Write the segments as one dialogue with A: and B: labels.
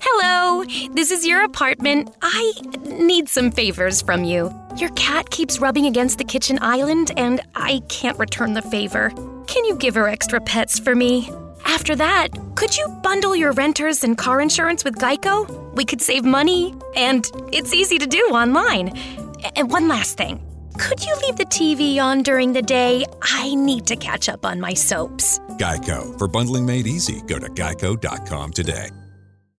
A: Hello, this is your apartment. I need some favors from you. Your cat keeps rubbing against the kitchen island, and I can't return the favor. Can you give her extra pets for me? After that, could you bundle your renters and car insurance with Geico? We could save money, and it's easy to do online. A- And one last thing could you leave the TV on during the day? I need to catch up on my soaps.
B: Geico. For bundling made easy, go to geico.com today.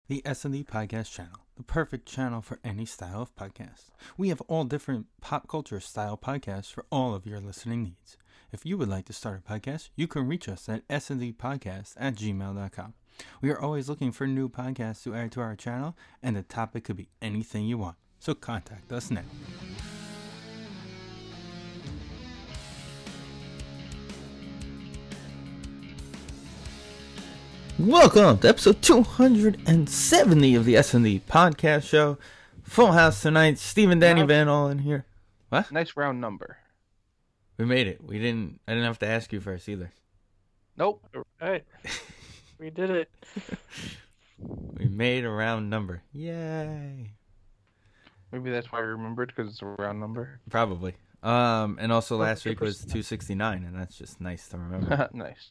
C: The S&D Podcast Channel, the perfect channel for any style of podcast. We have all different pop culture style podcasts for all of your listening needs. If you would like to start a podcast, you can reach us at sndpodcast at gmail.com. We are always looking for new podcasts to add to our channel, and the topic could be anything you want. So contact us now. Welcome to episode 270 of the S&D Podcast Show. Full house tonight. Steve and Danny
D: Wow.
C: Van all in here. What?
D: Nice round number.
C: We made it. We didn't. I didn't have to ask you first either.
D: Nope.
E: Alright. we did it.
C: We made a round number. Yay!
D: Maybe that's why I remembered because it's a round number.
C: Probably. Um, and also last week was 269, and that's just nice to remember.
D: nice.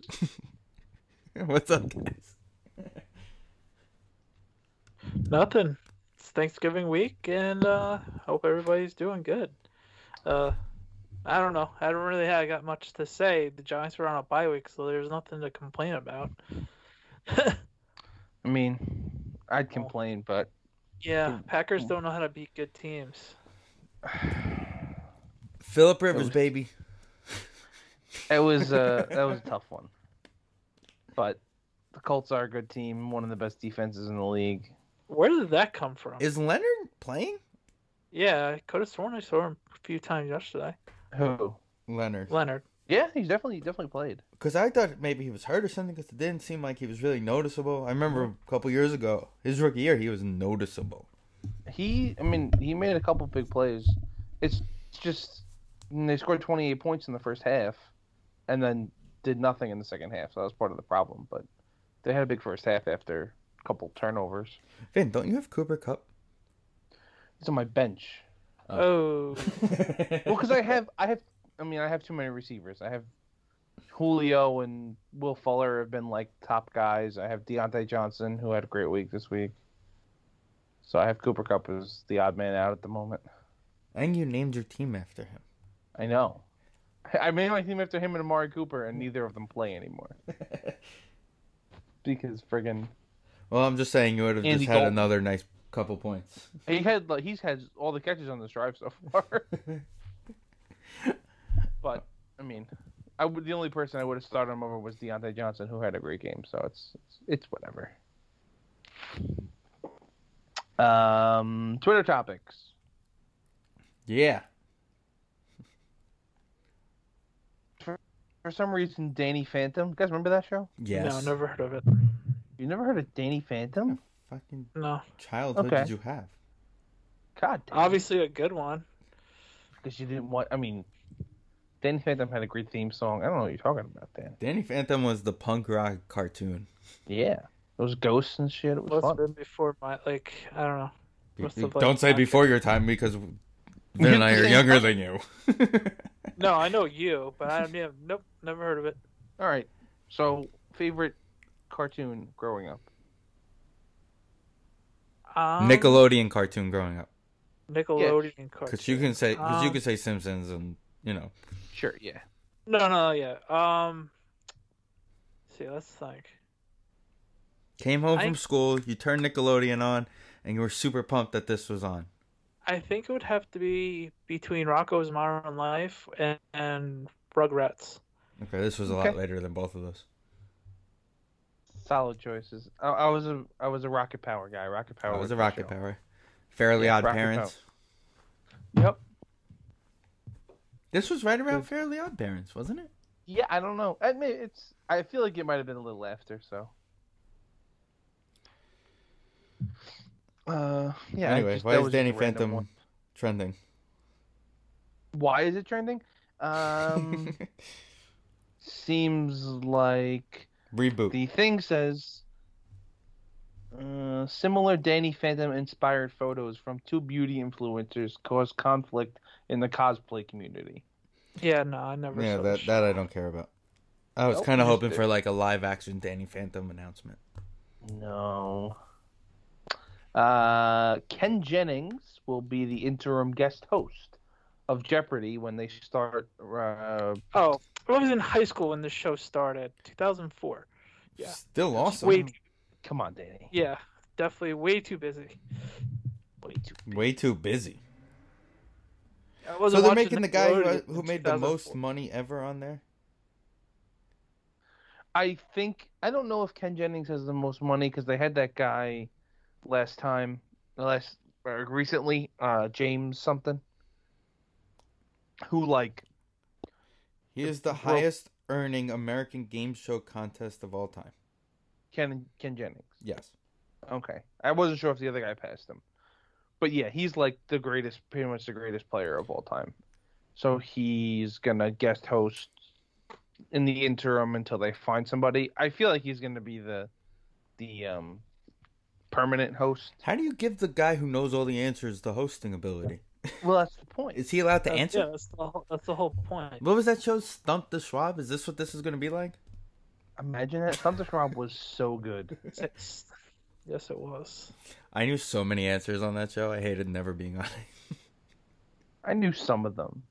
C: What's up, guys?
E: Nothing. It's Thanksgiving week and uh hope everybody's doing good. Uh I don't know. I don't really have got much to say. The Giants were on a bye week, so there's nothing to complain about.
D: I mean,
E: Oh.
D: I'd complain, but
C: Hmm.
E: Yeah, Packers don't know how to beat good teams.
C: Philip Rivers, baby.
D: it was uh, that was a tough one. But the Colts are a good team, one of the best defenses in the league.
E: Where did that come from?
C: Is Leonard playing?
E: Yeah, I could have sworn I saw him a few times yesterday.
D: Who?
C: Leonard.
E: Leonard.
D: Yeah, he's definitely definitely played.
C: Because I thought maybe he was hurt or something. Because it didn't seem like he was really noticeable. I remember a couple years ago, his rookie year, he was noticeable.
D: He, I mean, he made a couple big plays. It's just they scored 28 points in the first half, and then did nothing in the second half. So that was part of the problem. But they had a big first half after a couple turnovers.
C: Vin, don't you have Cooper Cup?
D: He's on my bench.
E: Oh,
D: Well, because I have, I have, I mean, I have too many receivers. I have Julio and Will Fuller have been like top guys. I have Deontay Johnson, who had a great week this week. So I have Cooper Cup as the odd man out at the moment.
C: And you named your team after him.
D: I know. I made my team after him and Amari Cooper, and neither of them play anymore. because friggin'
C: Well, I'm just saying you would have
D: Andy
C: just had
D: Dalton.
C: another nice couple points.
D: he had like he's had all the catches on this drive so far. but I mean, I would the only person I would have started him over was Deontay Johnson, who had a great game. So it's it's, it's whatever. Um, Twitter topics.
C: Yeah.
D: For some reason, Danny Phantom. You guys remember that show?
C: Yes.
E: no, never heard of it.
D: You never heard of Danny Phantom?
C: Fucking
E: No.
C: childhood
D: Okay.
C: did you have?
D: God, damn.
E: Obviously a good one.
D: because you didn't want. I mean, Danny Phantom had a great theme song. I don't know what you're talking about, Dan.
C: Danny Phantom was the punk rock cartoon.
D: Yeah, those ghosts and shit. It was
E: Must
D: fun.
E: have been before my like I don't know. Must have, like,
C: Don't say
E: not-
C: before your time because Vin and I are younger than you.
E: No, I know you, but I mean, nope, never heard of it.
D: All right. So, favorite cartoon growing up?
E: Um,
C: Nickelodeon cartoon growing up
E: Nickelodeon cartoon.
C: because you can say because you
E: Um,
C: can say Simpsons and you know
D: Sure. Yeah.
E: No, no, yeah. Um, see, let's think.
C: came home
E: I-
C: from school, you turned Nickelodeon on, and you were super pumped that this was on.
E: I think it would have to be between Rocco's Modern Life and, and Rugrats.
C: Okay, this was a lot
D: Okay.
C: later than both of those.
D: Solid choices. I, I was a I was a Rocket Power guy. Rocket Power
C: That was a
D: the
C: Rocket
D: show.
C: Power, Fairly
D: Yeah,
C: Odd
D: Rocket
C: Parents.
D: Yep.
C: This was right around Fairly Odd Parents, wasn't it?
D: Yeah. I don't know. I mean, it's. I feel like it might have been a little after. So. Uh. Yeah. I
C: anyway,
D: just-
C: why
D: that
C: is
D: was just a
C: Danny
D: random
C: Phantom
D: one.
C: trending?
D: Why is it trending? Um. seems like
C: Reboot.
D: the thing says Uh, similar Danny Phantom inspired photos from two beauty influencers caused conflict in the cosplay community.
E: Yeah, no, I never.
C: Yeah,
E: saw
C: that
E: the
C: that I don't care about. I was
D: Nope,
C: kind of
D: just
C: hoping
D: do
C: for
D: it.
C: like a live action Danny Phantom announcement.
D: No. Uh, Ken Jennings will be the interim guest host of Jeopardy when they start. Uh,
E: Oh, I was in high school when this show started, 2004. Yeah.
C: Still awesome.
E: Way,
D: come on, Danny.
E: yeah, definitely way too busy.
D: Way too.
C: Way too busy.
E: I
C: So
E: wasn't
C: they're
E: watching
C: making the
E: Nick
C: guy who,
E: Loaded in
C: who made the most
E: 2004.
C: money ever on there.
D: I think I don't know if Ken Jennings has the most money because they had that guy last time, last or recently, uh, James something, who like
C: He is the
D: Bro-
C: highest earning American game show contest of all time.
D: Ken Ken Jennings.
C: Yes.
D: Okay, I wasn't sure if the other guy passed him, but yeah, he's like the greatest, pretty much the greatest player of all time. So he's gonna guest host in the interim until they find somebody. I feel like he's gonna be the the um permanent host.
C: How do you give the guy who knows all the answers the hosting ability?
D: Well, that's the point.
C: Is he allowed to
E: That's-
C: answer?
E: Uh, Yeah, that's the, whole, that's the whole point.
C: What was that show? Stump the Schwab? Is this what this is going to be like?
D: Imagine that. Thunder Rob was so good.
E: Yes, yes, it was.
C: I knew so many answers on that show. I hated never being on it.
D: I knew some of them.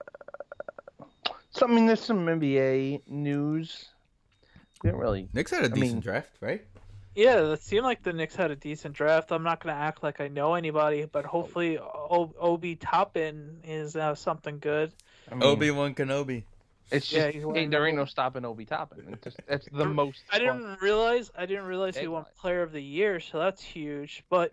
D: Uh, so, I mean, there's some NBA news. We didn't really.
C: Knicks had a decent
D: mean-
C: draft, right?
E: Yeah, it seemed like the Knicks had a decent draft. I'm not going to act like I know anybody, but hopefully o- Obi Toppin is uh, something good.
D: I mean,
C: Obi Wan Kenobi.
D: It's just
E: Yeah, he's
D: hey,
E: wearing
D: there ain't no stopping Obi Toppin. It's just, that's the most.
E: I
D: fun-
E: didn't realize I didn't realize he won
D: Deadline.
E: Player of the Year, so that's huge. But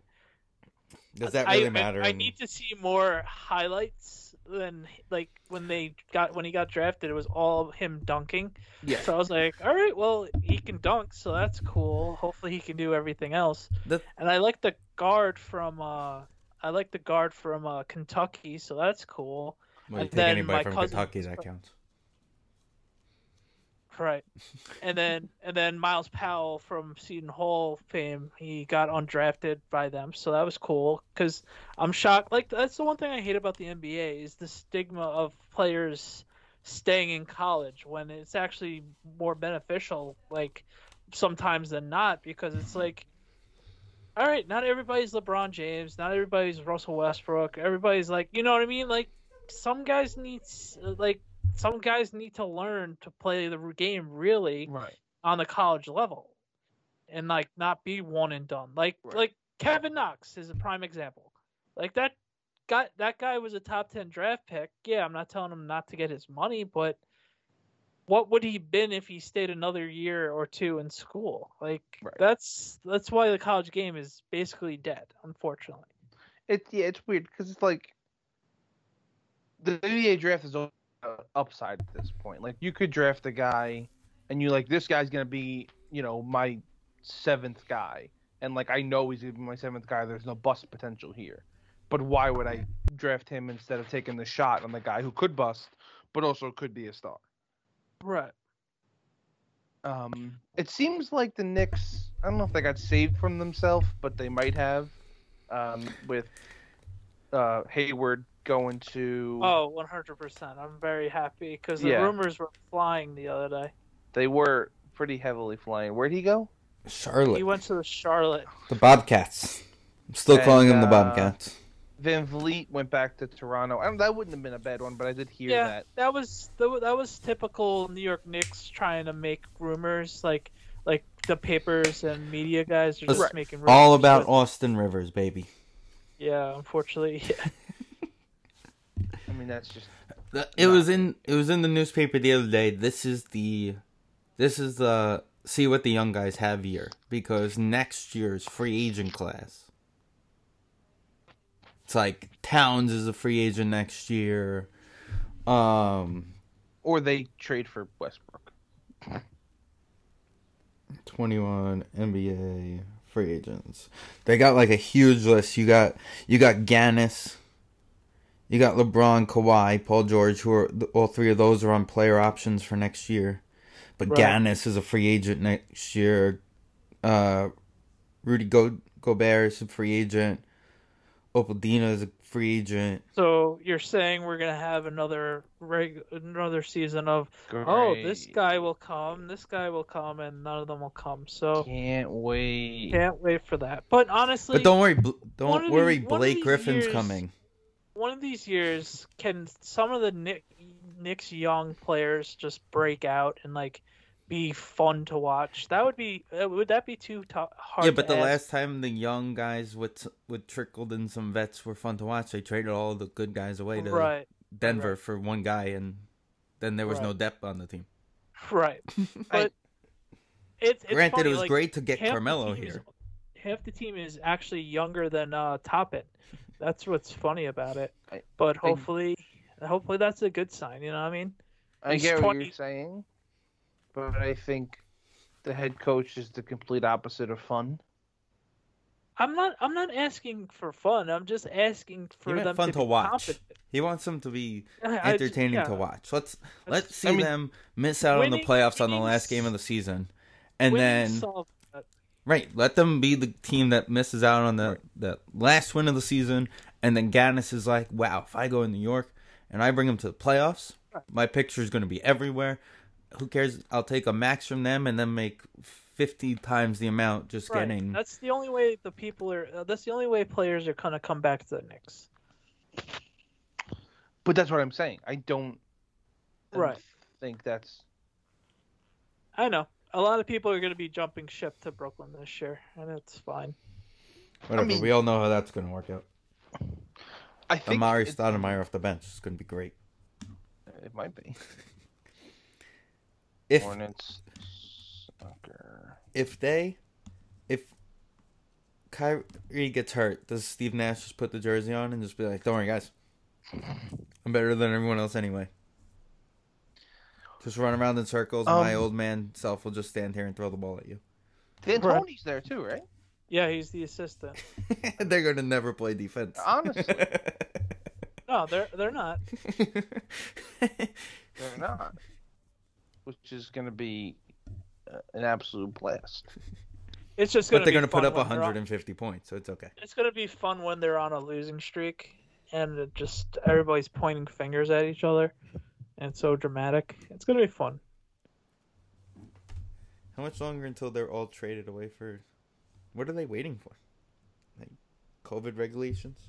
C: Does that
E: I-
C: really
E: I,
C: matter?
E: I
C: in-
E: need to see more highlights than like when they got when he got drafted. It was all him dunking.
D: Yeah.
E: So I was like, all right, well he can dunk, so that's cool. Hopefully he can do everything else.
C: The-
E: And I like the guard from uh, I like the guard from uh, Kentucky, so that's cool.
C: Well, you
E: and
C: take
E: then
C: anybody
E: my
C: from
E: cousin-
C: Kentucky, that counts.
E: Right. and then and then Miles Powell from Seton Hall fame, he got undrafted by them, so that was cool. Cause I'm shocked. Like that's the one thing I hate about the NBA is the stigma of players staying in college when it's actually more beneficial, like sometimes than not, because it's like. All right, not everybody's LeBron James, not everybody's Russell Westbrook. Everybody's like, you know what I mean? Like some guys need s- like some guys need to learn to play the game really
D: Right.
E: on the college level and like not be one and done like
D: Right.
E: like kevin knox is a prime example like that guy that guy was a top 10 draft pick yeah i'm not telling him not to get his money but what would he been if he stayed another year or two in school like
D: Right.
E: that's that's why the college game is basically dead unfortunately
D: It's yeah, it's weird because it's like the NBA draft is all about upside at this point. Like you could draft a guy, and you're like, this guy's gonna be, you know, my seventh guy, and like I know he's gonna be my seventh guy. There's no bust potential here, but why would I draft him instead of taking the shot on the guy who could bust, but also could be a star?
E: right
D: Um, it seems like the Knicks. I don't know if they got saved from themselves, but they might have. Um, with uh, Hayward going to,
E: Oh, 100%. I'm very happy because the
D: Yeah.
E: rumors were flying the other day.
D: they were pretty heavily flying. Where'd he go?
C: Charlotte,
E: He went to the Charlotte.
C: the Bobcats. I'm still
D: And,
C: calling them the
D: uh,
C: Bobcats.
D: Van Vliet went back to Toronto. I don't, that wouldn't have been a bad one, but I did hear
E: Yeah,
D: that.
E: that was that, wa- that was typical New York Knicks trying to make rumors like like the papers and media guys are just
C: Right.
E: making rumors.
C: All about
E: but-
C: Austin Rivers, baby.
E: yeah, unfortunately. yeah.
D: I mean, that's just
C: It was in it was in the newspaper the other day. This is the this is the see what the young guys have year because next year's free agent class. It's like Towns is a free agent next year. Um,
D: or they trade for Westbrook.
C: twenty one NBA free agents. They got like a huge list. You got you got Gannis. You got LeBron, Kawhi, Paul George, who are all three of those are on player options for next year. But
E: Right.
C: Gannis is a free agent next year. Uh, Rudy Go- Gobert is a free agent. Opaldina is a free agent.
E: So you're saying we're gonna have another reg another season of oh this
D: Great.
E: guy will come, this guy will come, and none of them will come. So
D: Can't wait.
E: can't wait for that. But honestly,
C: But don't worry, Bl-
E: one
C: don't
E: of
C: worry.
E: these- one of
C: Blake
E: these
C: Griffin's
E: years-
C: coming.
E: one of these years, can some of the Nick Nick's young players just break out and like be fun to watch? That would be uh, would that be too to- hard?
C: Yeah, but
E: to
C: the
E: ask?
C: last time the young guys with with trickled in some vets were fun to watch. They traded all the good guys away to
E: right.
C: Denver
E: right.
C: for one guy, and then there was no
E: Right.
C: depth on the team.
E: Right. But it's, it's
C: Granted,
E: funny,
C: it was
E: like,
C: great to get
E: half the
C: Carmelo
E: team is-
C: here.
E: half the team is actually younger than uh, Toppin. That's what's funny about it.
D: I-
E: But hopefully, hopefully that's a good sign. You know what I mean?
D: I
E: He's
D: get what
E: 20.
D: you're saying, but I think the head coach is the complete opposite of fun.
E: I'm not. I'm not asking for fun. I'm just asking
C: He
E: for
C: meant
E: them
C: fun
E: to,
C: to
E: be
C: watch.
E: competent.
C: He wants them to be
E: I- I ju-
C: entertaining to
E: yeah.
C: watch. Let's let's see
D: I mean,
C: them miss out on the
E: winning-
C: playoffs on the
E: winning
C: last
E: s-
C: game of the season, and
E: Winning
C: then
E: solves that.
C: right, let them be the team that misses out on the the last win of the season, and then Gaddis is like, wow, if I go in New York and I bring them to the playoffs, my picture is going to be everywhere. Who cares? I'll take a max from them and then make fifty times the amount just
E: Right.
C: getting.
E: That's the only way the people are. Uh, that's the only way players are gonna come back to the Knicks.
D: But that's what I'm saying. I don't
E: Right.
D: think that's
E: I know. A lot of people are gonna be jumping ship to Brooklyn this year, and it's fine.
C: Whatever.
D: mean-
C: we all know how that's going to work out.
D: I think
C: Amari
D: it,
C: Stoudemire off the bench is going to be great.
D: it might be.
C: If
D: Hornets soccer.
C: if they if Kyrie gets hurt, does Steve Nash just put the jersey on and just be like, "Don't worry, guys, I'm better than everyone else anyway." Just run around in circles, and my
D: Um,
C: old man self will just stand here and throw the ball at you.
D: Then Tony's there too, right?
E: Yeah, he's the assistant.
C: They're gonna never play defense.
D: Honestly.
E: No, they're they're not.
D: They're not. Which is going to be uh, an absolute blast.
E: It's just gonna.
C: but they're
E: be
C: gonna put
E: fun
C: up
E: when they're on-
C: 150 points, so it's okay.
E: It's gonna be fun when they're on a losing streak, and it just everybody's pointing fingers at each other, and it's so dramatic. It's gonna be fun.
C: How much longer until they're all traded away for? What are they waiting for? Like COVID regulations?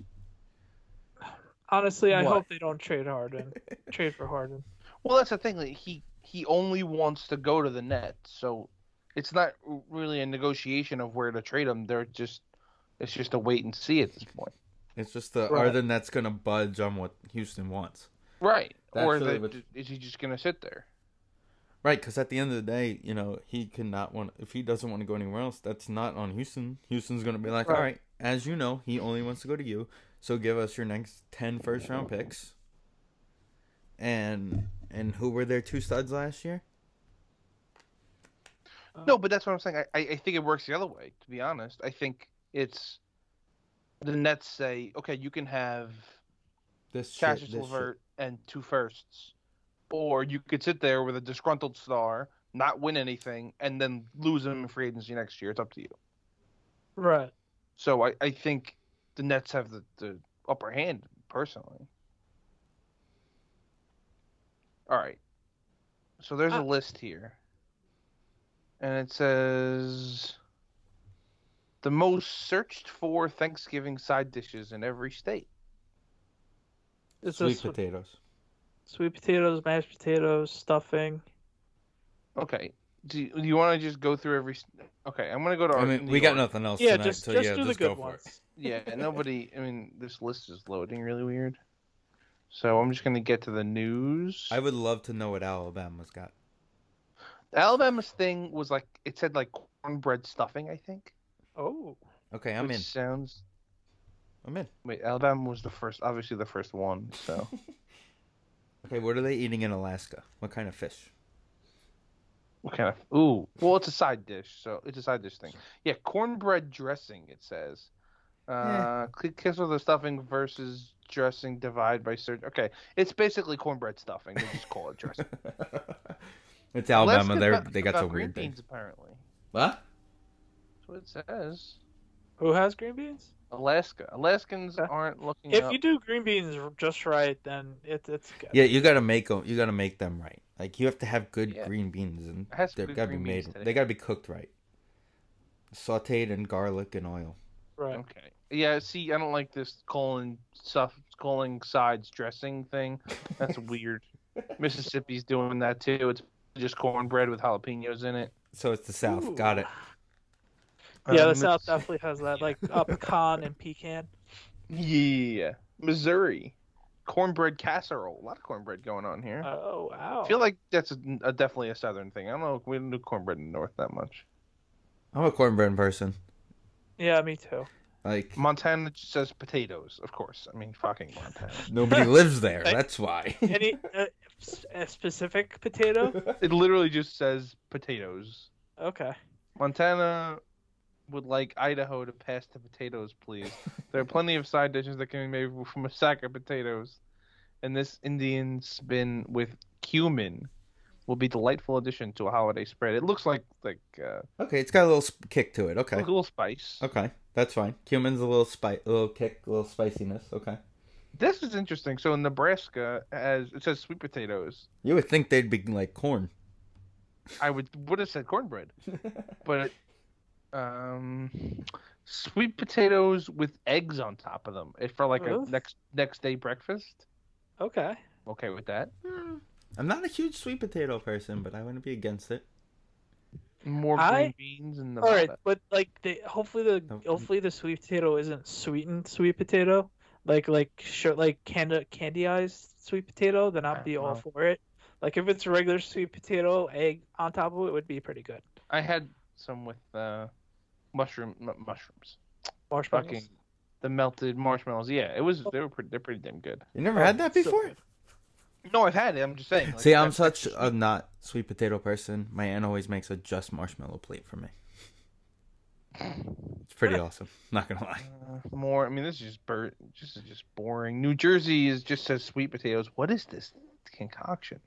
E: Honestly, I
D: What?
E: hope they don't trade Harden. trade for Harden.
D: Well, that's the thing. Like, he he only wants to go to the net, so it's not really a negotiation of where to trade him. They're just it's just a wait and see at this point.
C: It's just the
E: Right.
C: are then that's gonna budge on what Houston wants,
D: Right.
C: That's
D: or
C: really
D: the,
C: what-
D: is he just going to sit there?
C: right? Because at the end of the day, you know he cannot want if he doesn't want to go anywhere else. That's not on Houston. Houston's gonna be like,
E: Right.
C: all right, as you know, he only wants to go to you, so give us your next 10 first round picks. And and who were their two studs last year?
D: No, but that's what I'm saying. I, I I think it works the other way, to be honest. I think it's the Nets say, okay, you can have
C: This shit,
D: Cassius
C: this shit.
D: LeVert and two firsts, or you could sit there with a disgruntled star, not win anything, and then lose him in free agency next year. It's up to you.
E: Right.
D: So I, I think the Nets have the, the upper hand personally. All right. So there's
E: Uh,
D: a list here. And it says the most searched for Thanksgiving side dishes in every state.
E: It's
C: Sweet
E: just
C: potatoes.
E: sweet potatoes, mashed potatoes, stuffing.
D: Okay. Do you, do you want to just go through every? s- Okay, I'm gonna go to.
C: I
D: our-
C: mean,
D: New
C: we got
D: York.
C: nothing else
E: Yeah,
C: tonight,
E: just
C: so
E: just
C: yeah,
E: do the
C: just
E: good
C: go for it.
E: ones.
D: Yeah, nobody. I mean, this list is loading really weird. So I'm just gonna get to the news.
C: I would love to know what Alabama's got.
D: Alabama's thing was like it said like cornbread stuffing. I think.
E: Oh,
C: Okay, I'm
D: which
C: in.
D: Sounds.
C: I'm in.
D: Wait, Alabama was the first, obviously the first one. So
C: Okay, what are they eating in Alaska? What kind of fish?
D: what kind of? Ooh, well, it's a side dish, so it's a side dish thing. Yeah, cornbread dressing. It says. Uh, cl- kiss with the stuffing versus dressing divide by certain. Okay, it's basically cornbread stuffing. They just call it dressing.
C: It's
D: Let's
C: Alabama.
D: get
C: They
D: back
C: they got
D: about
C: some
D: green
C: weird things.
D: beans, apparently.
C: What?
D: That's what it says.
E: Who has green beans?
D: Alaska. Alaskans aren't looking
E: If
D: up.
E: you do green beans r- just right, then it, it's good.
C: Yeah, you gotta make them. You gotta make them right. Like you have to have good
D: Yeah.
C: green beans, and
D: It has to
C: they
D: be
C: gotta be
D: green
C: made.
D: beans today.
C: They gotta be cooked right, sautéed in garlic and oil.
E: Right.
D: Okay. Yeah, see, I don't like this calling stuff, calling sides dressing thing. That's weird. Mississippi's doing that too. It's just cornbread with jalapenos in it.
C: So it's the South. Got it.
E: Yeah,
D: Um,
E: the South
D: Miss-
E: definitely has that, like uh, pecan and pecan.
D: Yeah. Missouri. Cornbread casserole. A lot of cornbread going on here.
E: Oh wow.
D: I feel like that's a, a- definitely a southern thing. I don't know. if We didn't do cornbread in the north that much.
C: I'm a cornbread person.
E: yeah, me too.
C: Like
D: Montana just says potatoes, of course. I mean, fucking Montana.
C: nobody lives there. That's why.
E: Any uh, s- a specific potato?
D: it literally just says potatoes.
E: Okay.
D: Montana would like Idaho to pass the potatoes, please. There are plenty of side dishes that can be made from a sack of potatoes, and this Indian spin with cumin will be delightful addition to a holiday spread. It looks like like uh,
C: okay, it's got a little sp- kick to it.
D: a
C: Okay.
D: little spice.
C: Okay, that's fine. Cumin's a little spice, a little kick, a little spiciness. Okay.
D: This is interesting. So in Nebraska, as it says, sweet potatoes.
C: You would think they'd be like corn.
D: I would would have said cornbread, but um, sweet potatoes with eggs on top of them eh, for like a
E: Oof.
D: next next day breakfast.
E: Okay.
D: Okay with that.
C: I'm not a huge sweet potato person, but I wouldn't be against it.
D: More green
E: I-
D: beans and the.
E: All right, but like they hopefully the
C: Nope.
E: hopefully the sweet potato isn't sweetened sweet potato, like like sure like candy candyized sweet potato. Then I'd be all
D: Uh-huh.
E: for it. Like if it's regular sweet potato, egg on top of it would be pretty good.
D: I had some with uh, mushroom mu- mushrooms.
E: Marshmallows.
D: Fucking the melted marshmallows. Yeah, it was. They were pretty. They're pretty damn good.
C: You never had that
E: so
C: before.
E: good.
D: No, I've had it. I'm just saying. like,
C: See, I'm
D: that's
C: such
D: extra
C: a not sweet potato person. My aunt always makes a just marshmallow plate for me. It's pretty awesome. Not gonna lie.
D: sweet. more. I mean, this is just bur- This is just boring. New Jersey is just says sweet potatoes. What is this concoction?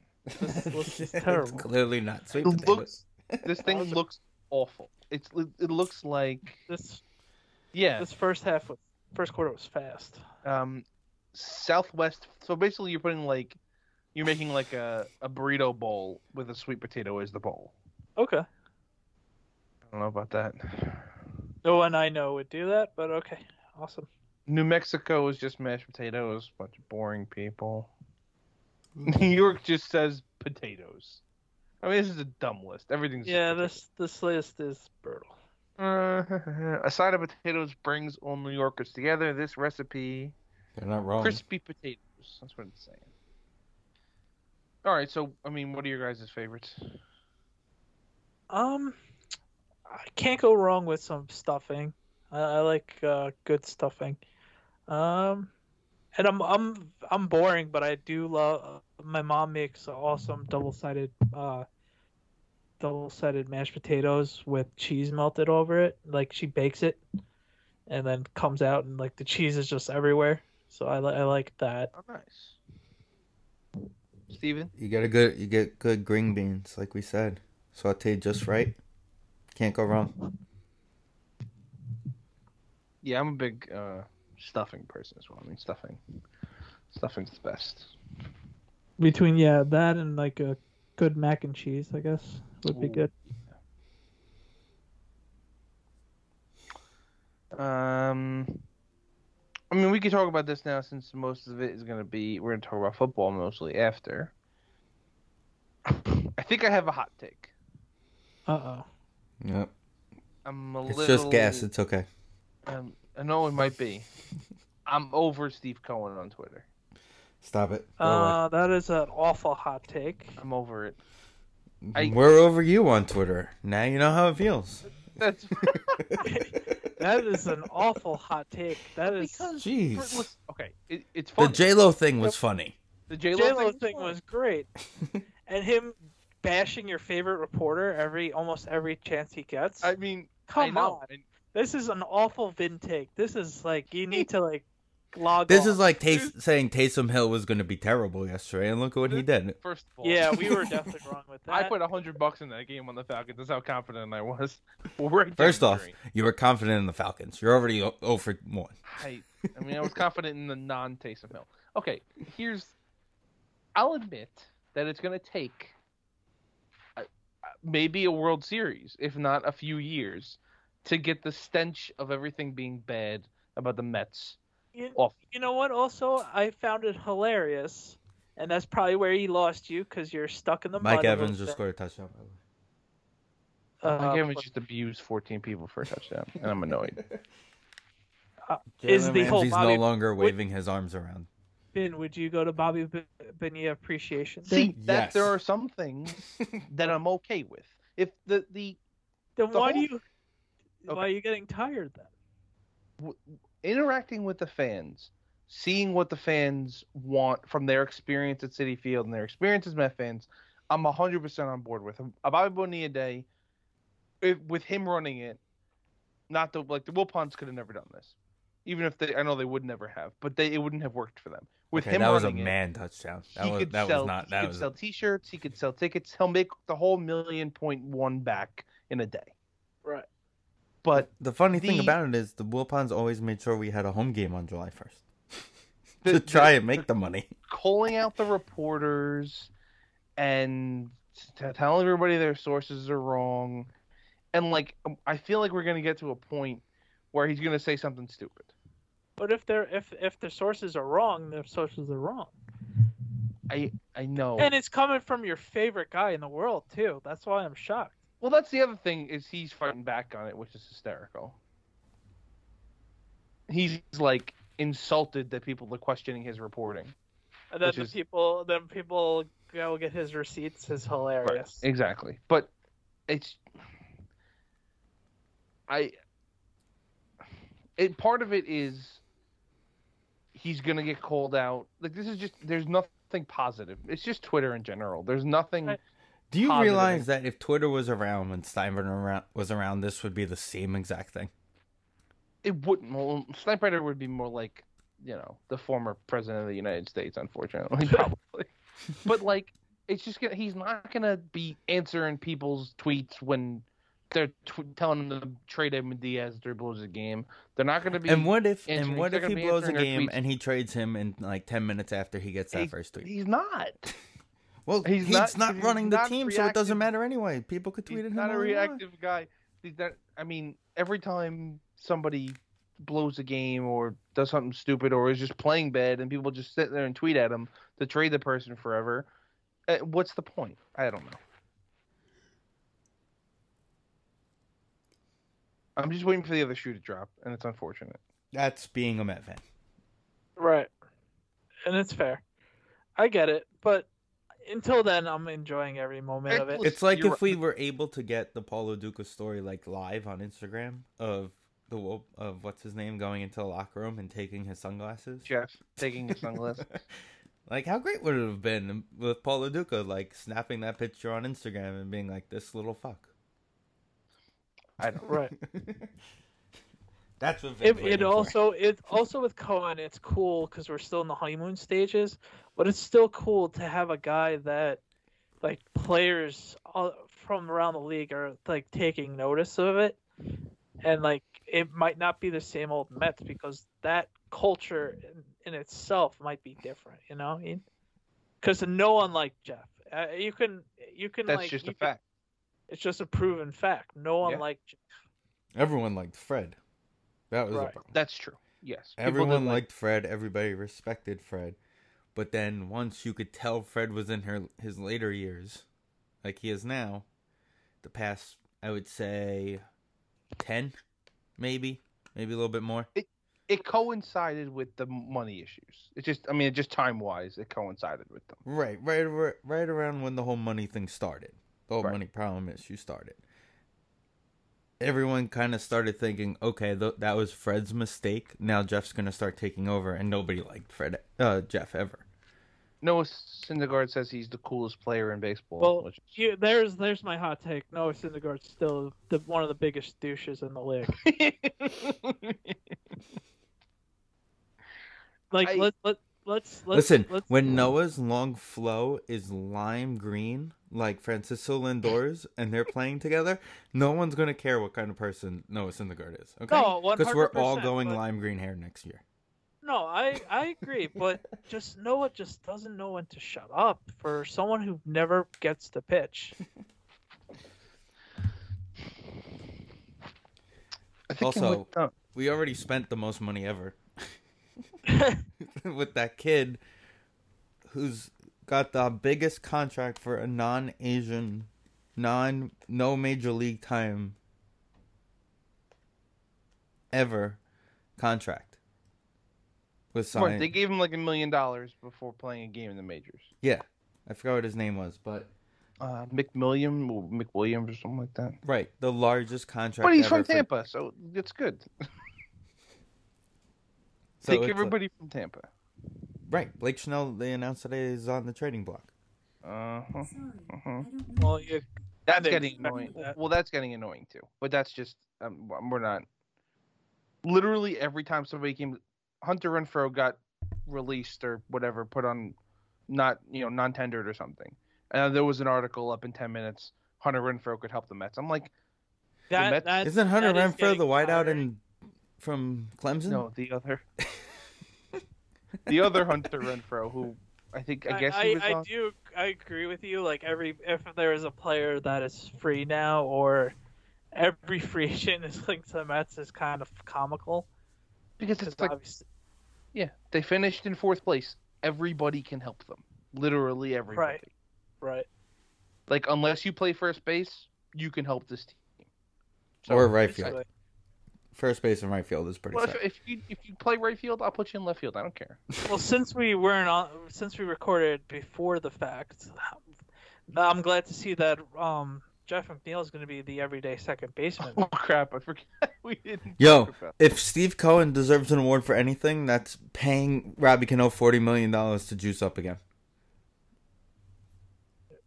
E: looks just
C: it's
E: terrible.
C: clearly not sweet
D: It
C: potatoes.
D: looks. This thing looks awful. It's. It looks like.
E: This
D: Yeah.
E: this first half was- first quarter was fast.
D: Um, Southwest. So basically, you're putting like, you're making like a a burrito bowl with a sweet potato as the bowl.
E: Okay.
D: I don't know about that.
E: No one I know would do that, but okay, awesome.
D: New Mexico is just mashed potatoes. Bunch of boring people. New York just says potatoes. I mean, this is a dumb list. Everything's just
E: Yeah,
D: potato.
E: this this list is brutal.
D: Uh, a side of potatoes brings all New Yorkers together. This recipe
C: They're not wrong.
D: Crispy potatoes. That's what it's saying. All right, so I mean, what are your guys' favorites?
E: Um, I can't go wrong with some stuffing. I, I like uh, good stuffing. Um, and I'm I'm I'm boring, but I do love. My mom makes awesome double-sided uh, double-sided mashed potatoes with cheese melted over it. Like she bakes it, and then comes out, and like the cheese is just everywhere. So I li- I like that.
D: Oh, nice. Steven?
C: You get a good. You get good green beans, like we said, sautéed just right. Can't go wrong.
D: Yeah, I'm a big uh, stuffing person as well. I mean, stuffing. Stuffing's the best.
E: Between yeah that and like a good mac and cheese, I guess would be
D: Ooh.
E: good.
D: Um, I mean, we could talk about this now since most of it is going to be. We're going to talk about football mostly after. I think I have a hot take.
E: Uh oh.
C: Yep.
D: I'm a
C: It's
D: little.
C: just gas. It's okay.
D: Um, I know it might be. I'm over Steve Cohen on Twitter.
C: Stop it. Go away.
E: Uh, that is an awful hot take.
D: I'm over it. I-
C: We're over you on Twitter. Now you know how it feels.
D: That's
E: That is an awful hot take. That is
C: Jeez.
D: okay. It, it's
C: The
D: fun.
C: J Lo thing was funny.
D: The J
E: J-Lo thing was great, and him bashing your favorite reporter every almost every chance he gets.
D: I mean, I
E: Come
D: know.
E: on, this is an awful Vin take. This is like you need to like log
C: This
E: on.
D: Oh,
C: is like Tays- saying Taysom Hill was going to be terrible yesterday, and look at what he did.
D: First of all,
E: yeah, we were definitely wrong with that.
D: I put hundred bucks in that game on the Falcons. That's how confident I was. We're at
C: First off,
D: Denver.
C: you were confident in the Falcons. You're already o- 0 for 1.
D: I, I mean, I was confident in the non Taysom Hill. Okay, here's. I'll admit that it's going to take uh, uh, maybe a World Series, if not a few years, to get the stench of everything being bad about the Mets
E: You-
D: off.
E: You know what? Also, I found it hilarious, and that's probably where he lost you because you're stuck in the mud.
C: Mike
E: a
C: Evans
E: little
C: just
E: bit.
C: scored a touchdown. by the way.
E: Uh,
D: I gave him just abused 14 people for a touchdown, and I'm annoyed.
E: Is the whole
C: He's
E: Bobby
C: no longer
E: Wood-
C: waving his arms around.
E: Bin? Would you go to Bobby B- Benia appreciation? Day?
D: See, that
C: Yes.
D: there are some things that I'm okay with. If the, the
E: then
D: the
E: why
D: whole-
E: do you? Why
D: Okay.
E: are you getting tired then?
D: interacting with the fans, seeing what the fans want from their experience at City Field and their experience as Met fans, I'm 100% on board with. A Bobby Bonilla day, if, with him running it, not the like the Wilpons could have never done this, even if they I know they would never have, but they it wouldn't have worked for them with
C: Okay,
D: him
C: that was a
D: running it,
C: man touchdown. That
D: he
C: was
D: could
C: that
D: sell
C: was not
D: he
C: that
D: could
C: was
D: sell T-shirts, he could sell tickets. He'll make the whole million point one back in a day.
E: Right.
D: But
C: The funny thing
D: The-
C: about it is the Wilpons always made sure we had a home game on July 1st
D: The-
C: to try and make the money.
D: calling out the reporters and t- telling everybody their sources are wrong. And like, um, I feel like we're gonna get to a point where he's gonna say something stupid.
E: But if they're if if their sources are wrong, their sources are wrong,
D: I I know.
E: and it's coming from your favorite guy in the world too. That's why I'm shocked.
D: well, that's the other thing is he's fighting back on it, which is hysterical. He's like insulted that people are questioning his reporting.
E: And then
D: Which
E: the
D: is-
E: people, then people go get his receipts. Is hilarious.
D: Exactly. But it's I it part of it is he's going to get called out. Like this is just there's nothing positive. It's just Twitter in general. There's nothing
E: Right.
C: Do you
D: Positive.
C: realize that if Twitter was around when Steinbrenner around, was around, this would be the same exact thing?
D: it wouldn't well, Snipe Rider would be more like, you know, the former president of the United States unfortunately probably. but like it's just gonna, he's not going to be answering people's tweets when they're tw- telling them to trade Edmund Diaz if they blows the game. They're not going to be
C: And what if
D: answering-
C: and what
D: they're
C: if
D: gonna
C: he
D: be
C: blows a
D: answering their
C: game
D: tweets.
C: and he trades him in like 10 minutes after he gets that
D: He-
C: first tweet?
D: He's not.
C: Well, he's,
D: he's
C: not,
D: not- he's
C: running the
D: not
C: team, so it doesn't
D: reactive.
C: matter anyway. People could tweet
D: He's
C: at him.
D: not a
C: all they want.
D: reactive guy. He's not. I mean, every time somebody blows a game or does something stupid or is just playing bad and people just sit there and tweet at him to trade the person forever, uh, what's the point? I don't know. I'm just waiting for the other shoe to drop, and it's unfortunate.
C: That's being a Met fan.
E: Right. And it's fair. I get it, but until then I'm enjoying every moment of it.
D: Well,
C: It's like
D: you're
C: if we were able to get the Paulo Duca story like live on Instagram of the wo- of what's his name going into the locker room and taking his sunglasses.
D: Jeff taking his sunglasses.
C: Like how great would it have been with Paulo Duca like snapping that picture on Instagram and being like this little fuck.
D: I don't.
E: Right.
C: That's what
E: It,
C: Vin's
E: it
C: waiting
E: also it also with Cohen it's cool cuz we're still in the honeymoon stages, but it's still cool to have a guy that like players all, from around the league are like taking notice of it. And like it might not be the same old Mets because that culture in, in itself might be different, you know? Cuz no one like Jeff. Uh, you can you can
D: That's
E: like
D: just
E: you
D: a
E: can-
D: fact.
E: It's just a proven fact. No one
D: Yeah.
E: liked Jeff.
C: for. Everyone liked Fred. That was a
E: Right.
C: problem.
D: That's true. Yes. People did
C: Everyone
D: like-
C: liked Fred. Everybody respected Fred. But then once you could tell Fred was in her his later years, like he is now, the past I would say ten, maybe, maybe a little bit more.
D: it coincided with the money issues. It just, I mean, it just time wise, it coincided with them.
C: Right, right, right, right around when the whole money thing started, the whole
D: Right.
C: money problem issue started. Everyone kind of started thinking, okay, th- that was Fred's mistake. Now Jeff's gonna start taking over, and nobody liked Fred, uh, Jeff ever.
D: Noah Syndergaard says he's the coolest player in baseball.
E: Well,
D: which-
E: you, there's there's my hot take. Noah Syndergaard's still the, one of the biggest douches in the league. Like
D: I-
E: let let let's let's
C: Listen,
E: Let's,
C: when Noah's long flow is lime green, like Francisco Lindor's, and they're playing together, no one's gonna care what kind of person Noah Syndergaard is. Okay,
E: No,
C: because we're all
E: 100%,
C: going
E: but-
C: lime green hair next year.
E: No, I I agree, but just Noah just doesn't know when to shut up for someone who never gets the pitch.
D: I think he
C: Also-
D: would- oh,
C: We already spent the most money ever with that kid who's got the biggest contract for a non-Asian, non no major league time ever contract. Was
D: Mark,
C: signed.
D: they gave him like a million dollars before playing a game in the majors.
C: Yeah, I forgot what his name was, but
D: Uh, McMilliam, or McWilliams, or something like that.
C: right, the largest contract.
D: But he's
C: ever
D: from
C: for-
D: Tampa, so it's good.
C: so
D: Take
C: it's a-
D: everybody from Tampa.
C: right, Blake Chanel. They announced today is on the trading block.
D: Uh huh.
E: Well, you,
D: That's
E: They
D: getting
E: expected
D: annoying.
E: that.
D: Well, that's getting annoying too. But that's just um, we're not. Literally every time somebody came, Hunter Renfro got released or whatever, put on, not you know non-tendered or something. And there was an article up in ten minutes. Hunter Renfro could help the Mets. I'm like,
E: that,
D: Mets-
E: that
C: Isn't Hunter
E: that is
C: Renfro the
E: getting
C: wideout
E: tiring.
C: in from Clemson?
D: no, the other, the other Hunter Renfro, who I think I guess
E: I,
D: he was
E: I
D: on.
E: do I agree with you. Like every if there is a player that is free now or every free agent is linked to the Mets is kind of comical.
D: because
E: Because
D: it's like
E: obviously,
D: yeah, they finished in fourth place. Everybody can help them. Literally everybody.
E: Right. right.
D: Like unless you play first base, you can help this team.
C: Or right
D: it's
C: field.
D: like-
C: First base and right field is pretty.
D: well, if,
C: set.
D: if you if you play right field, I'll put you in left field. I don't care.
E: Well, since we weren't on, since we recorded before the fact, I'm glad to see that um, Jeff McNeil is going to be the everyday second baseman.
D: Oh crap! I forgot we didn't.
C: Yo,
D: talk about-
C: if Steve Cohen deserves an award for anything, that's paying Robbie Cano forty million dollars to juice up again.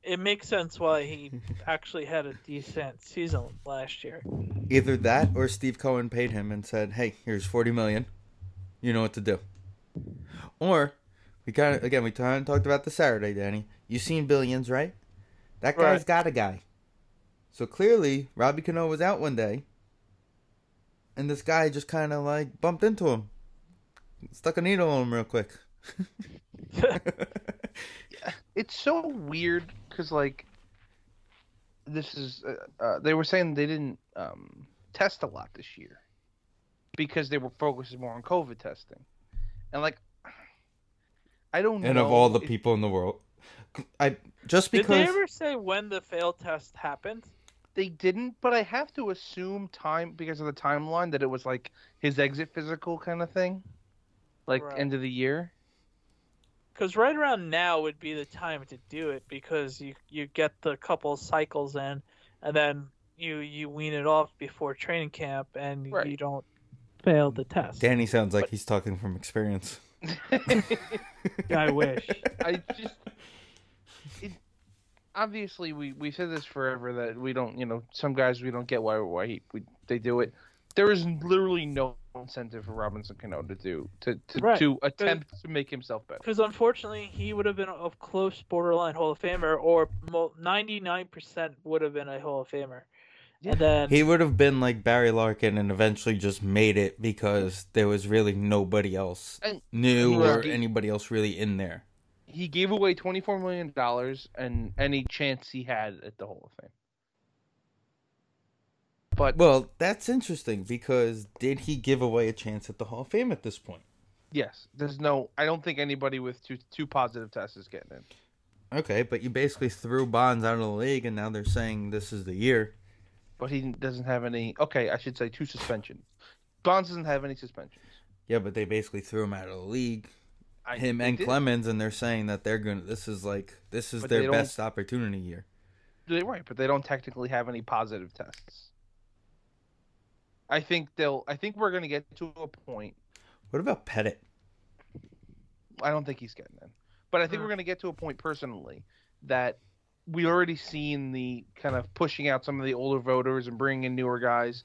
E: It makes sense why he actually had a decent season last year.
C: Either that, or Steve Cohen paid him and said, "Hey, here's forty million. You know what to do." Or we kind of again we kind of talked about the Saturday, Danny. You seen Billions, right? That guy's
E: Right.
C: got a guy. So clearly, Robbie Cano was out one day, and this guy just kind of like bumped into him, stuck a needle in him real quick.
D: it's so weird because like this is uh, uh, they were saying they didn't um, test a lot this year because they were focusing more on COVID testing, and like I don't.
C: and
D: know
C: of all the
D: if-
C: people in the world, I just
E: Did
C: because
E: they ever say when the failed test happened?
D: They didn't, but I have to assume time because of the timeline that it was like his exit physical kind of thing, like
E: Right.
D: end of the year.
E: Because right around now would be the time to do it because you you get the couple cycles in, and then you you wean it off before training camp, and you
D: Right.
E: don't fail the test.
C: Danny sounds like he's talking from experience.
E: I wish.
D: I just it, obviously we we said this forever that we don't you know some guys we don't get why why he, we, they do it. There is literally no incentive for Robinson Cano to do to to,
E: Right.
D: to attempt to make himself better.
E: Because unfortunately, he would have been a close borderline Hall of Famer, or ninety nine percent would have been a Hall of Famer. And then
C: He would have been like Barry Larkin and eventually just made it because there was really nobody else
D: And-
C: new or
D: Right.
C: anybody else really in there.
D: He gave away twenty four million dollars and any chance he had at the Hall of Fame. But
C: Well, that's interesting because did he give away a chance at the Hall of Fame at this point?
D: yes, there's no. I don't think anybody with two two positive tests is getting in.
C: Okay, but you basically threw Bonds out of the league and now they're saying this is the year.
D: But he doesn't have any. Okay, I should say two suspensions. Bonds doesn't have any suspensions.
C: Yeah, but they basically threw him out of the league,
D: I,
C: him
D: they
C: and
D: did-
C: Clemens, and they're saying that they're going to this is like this is
D: But they
C: their
D: don't-
C: best opportunity year.
D: They're right, but they don't technically have any positive tests. I think they'll. I think we're gonna get to a point.
C: What about Pettit?
D: I don't think he's getting in, but I think we're gonna get to a point personally that we already seen the kind of pushing out some of the older voters and bringing in newer guys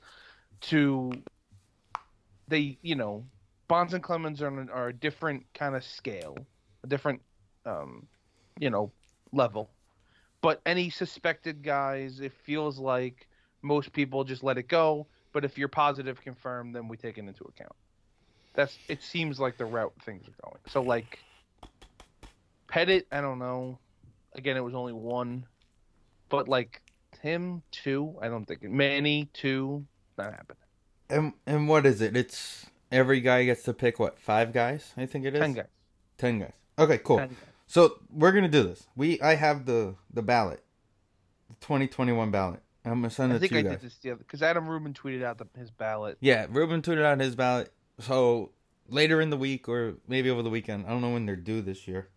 D: to. They, you know, Bonds and Clemens are on an- are a different kind of scale, a different, um, you know, level. But any suspected guys, it feels like most people just let it go. But if you're positive confirmed, then we take it into account. That's it. Seems like the route things are going. So like, Pettit, I don't know. Again, it was only one, but like Tim two. I don't think Manny two. Not happening.
C: And and what is it? It's every guy gets to pick what five guys? I think it is
D: Ten guys.
C: Ten guys. Okay, cool.
D: Ten guys.
C: So we're gonna do this. We I have the the ballot, the 2021 ballot. I'm gonna send it
D: I think
C: to
D: I
C: you guys.
D: did this the other because Adam Rubin tweeted out the, his ballot.
C: Yeah, Ruben tweeted out his ballot. So later in the week or maybe over the weekend, I don't know when they're due this year.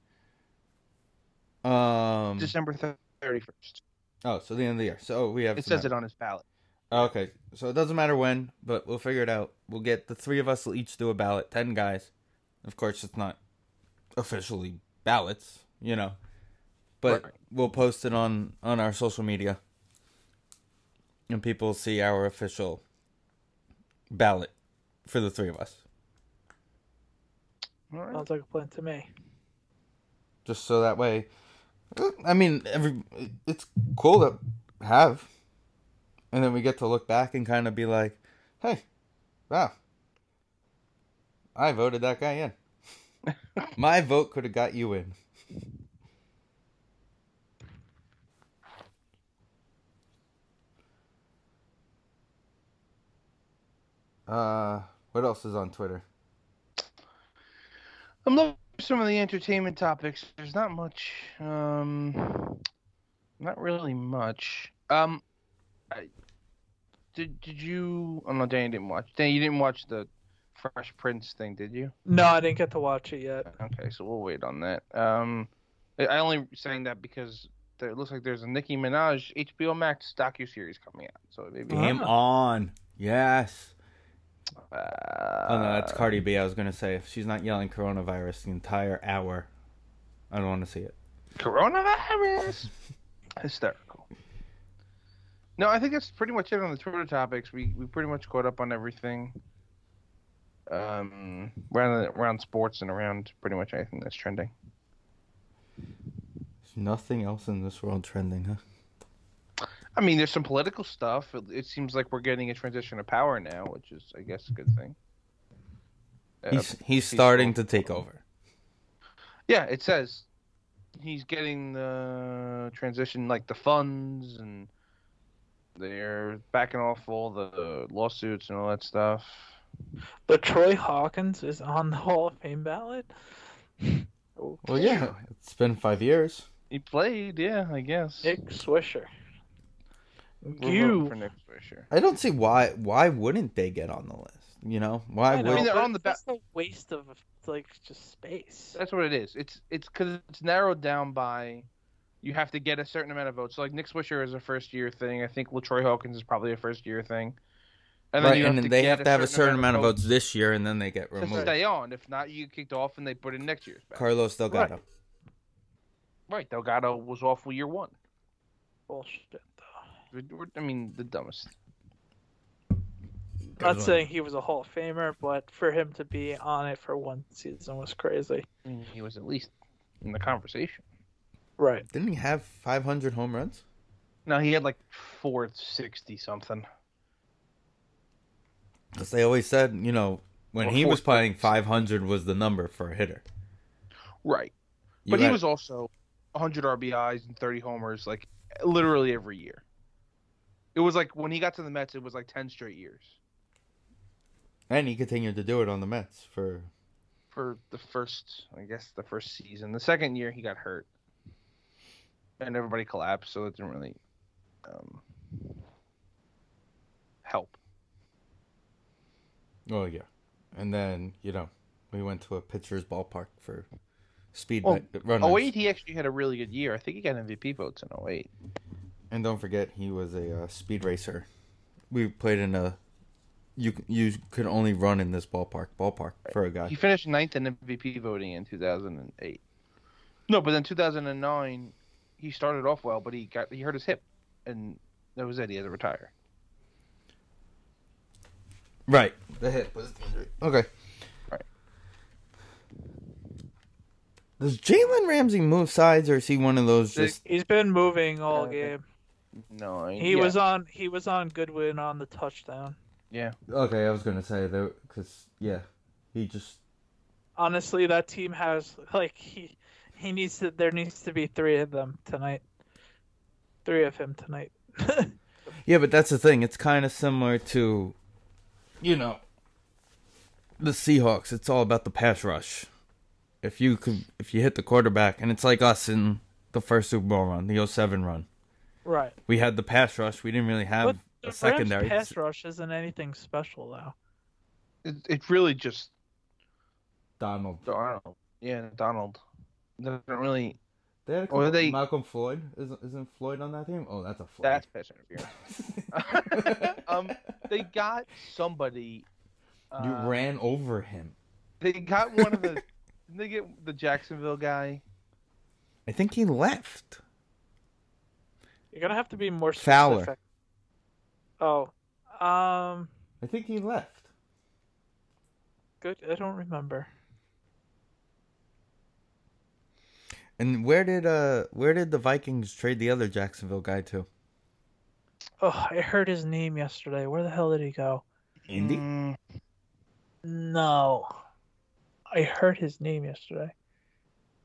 C: Um.
D: December thirty first.
C: oh, so the end of the year. So we have.
D: It says it on his ballot.
C: Okay, so it doesn't matter when, but we'll figure it out. We'll get the three of us will each do a ballot. Ten guys. Of course, it's not officially ballots, you know, but
D: Right.
C: we'll post it on on our social media, and people will see our official ballot for the three of us.
D: All right.
E: Sounds like a plan to me.
C: just so that way eh, i mean every it's cool to have and then we get to look back and kind of be like hey wow i voted that guy in my vote could have got you in uh what else is on twitter
D: I'm looking at some of the entertainment topics. There's not much. Um, not really much. Um, I, did did you? Oh no, Danny didn't watch. Danny, you didn't watch the Fresh Prince thing, did you?
E: No, I didn't get to watch it yet.
D: Okay, so we'll wait on that. Um, I- I only saying that because there, it looks like there's a Nicki Minaj HBO Max docu series coming out. So maybe.
E: Damn.
C: Him on yes
D: Uh,
C: Oh no, that's Cardi B. I was gonna say if she's not yelling coronavirus the entire hour, I don't want to see it.
D: coronavirus. Hysterical. No, I think that's pretty much it on the Twitter topics. We we pretty much caught up on everything. Um, around around sports and around pretty much anything that's trending.
C: There's nothing else in this world trending, huh?
D: I mean, there's some political stuff. It, it seems like we're getting a transition of power now, which is, I guess, a good thing. Uh,
C: He's he's starting to take over.
D: Yeah, it says he's getting the transition, like the funds, and they're backing off all the lawsuits and all that stuff.
E: But Troy Hawkins is on the Hall of Fame ballot.
C: Well, yeah, it's been five years.
D: He played, yeah, I guess.
E: Nick Swisher.
D: We're rooting
E: you.
D: for Nick Swisher.
C: I don't see why why wouldn't they get on the list? You know why
E: I
D: I mean,
E: know,
C: would
D: they're
E: but
D: on the
E: it's just a waste of like just space.
D: That's what it is. It's it's because it's narrowed down by you have to get a certain amount of votes. So like Nick Swisher is a first year thing. I think LaTroy Hawkins is probably a first year thing. And
C: right? And then they
D: get
C: have to have a certain amount of votes this year, and then they get
D: to
C: removed.
D: stay on. If not, you get kicked off and they put in next year's. Ballot.
C: Carlos Delgado.
E: Right.
D: Right, Delgado was off year one.
E: Bullshit. Though.
D: We're- we're- I mean, the dumbest.
E: Not
C: Good
E: saying he was a Hall of Famer, but for him to be on it for one season was crazy.
D: I mean, he was at least in the conversation.
E: Right.
C: Didn't he have 500 home runs?
D: No, he had like four sixty something.
C: Because they always said, you know, when
D: Or
C: he was
D: 450.
C: playing, 500 was the number for a hitter.
D: Right,
C: You
D: but he
C: had-
D: was also 100 RBIs and 30 homers, like literally every year. It was like when he got to the Mets, it was like 10 straight years
C: and he continued to do it on the Mets for
D: for the first, I guess, the first season. The second year, he got hurt, and everybody collapsed, so it didn't really um, help.
C: Oh yeah, and then you know we went to a pitcher's ballpark for speed
D: Well,
C: run.
D: Oh wait, he actually had a really good year. I think he got MVP votes in 08.
C: and don't forget he was a uh, speed racer. We played in a you you could only run in this ballpark ballpark for a guy.
D: He finished ninth in MVP voting in 2008. No, but then 2009, he started off well, but he got he hurt his hip, and that was it. He had to retire.
C: Right, the hit was the injury. Okay,
D: Right.
C: Does Jalen Ramsey move sides, or is he one of those just?
E: He's been moving all
D: Oh, Okay.
E: game.
D: No, I-
E: He
D: yeah,
E: was on. He was on Goodwin on the touchdown.
D: Yeah,
C: Okay, I was gonna say though, because yeah, he just
E: Honestly, that team has like he he needs to. There needs to be three of them tonight. Three of him tonight.
C: Yeah, but that's the thing. It's kind of similar to, you know, the Seahawks. It's all about the pass rush. If you could, if you hit the quarterback, and it's like us in the first Super Bowl run, the 07 run.
E: right.
C: We had the pass rush. We didn't really have
E: But the
C: Um, a
E: Rams'
C: secondary.
E: pass rush isn't anything special though.
D: it, it really just
C: Donald.
D: Donald. Yeah, Donald. Doesn't really.
C: They had a
D: Or they-
C: Malcolm Floyd. Isn't, isn't Floyd on that team? Oh, that's a Floyd.
D: That's pass interference. um, they got somebody.
C: you
D: uh,
C: ran over him.
D: They got one of the. didn't they get the Jacksonville guy?
C: I think he left.
E: You're gonna have to be more
C: Fowler.
E: specific. Oh, um,
C: I think he left.
E: good. I don't remember.
C: And where did uh where did the Vikings trade the other Jacksonville guy to?
E: Oh, I heard his name yesterday. Where the hell did he go?
C: Indy.
D: Mm,
E: No, I heard his name yesterday.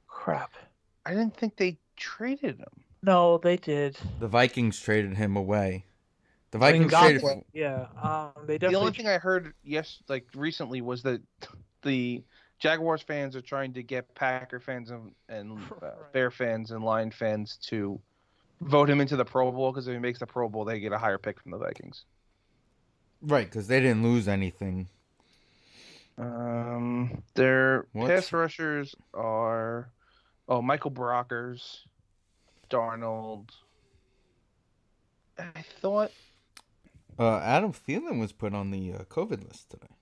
E: Crap.
D: I didn't think they traded him.
E: No, they did.
C: The Vikings traded him away. The Vikings
E: Ngakwe.
C: traded.
E: Yeah. Um. They
D: The
E: definitely.
D: only thing I heard yes, like recently, was that the Jaguars fans are trying to get Packer fans and, and uh,
E: Right.
D: Bear fans and Lion fans to vote him into the Pro Bowl because if he makes the Pro Bowl, they get a higher pick from the Vikings.
C: Right, because they didn't lose anything.
D: Um, their
C: What?
D: pass rushers are oh Michael Brockers, Darnold. I thought
C: Uh, Adam Thielen was put on the uh, COVID list today.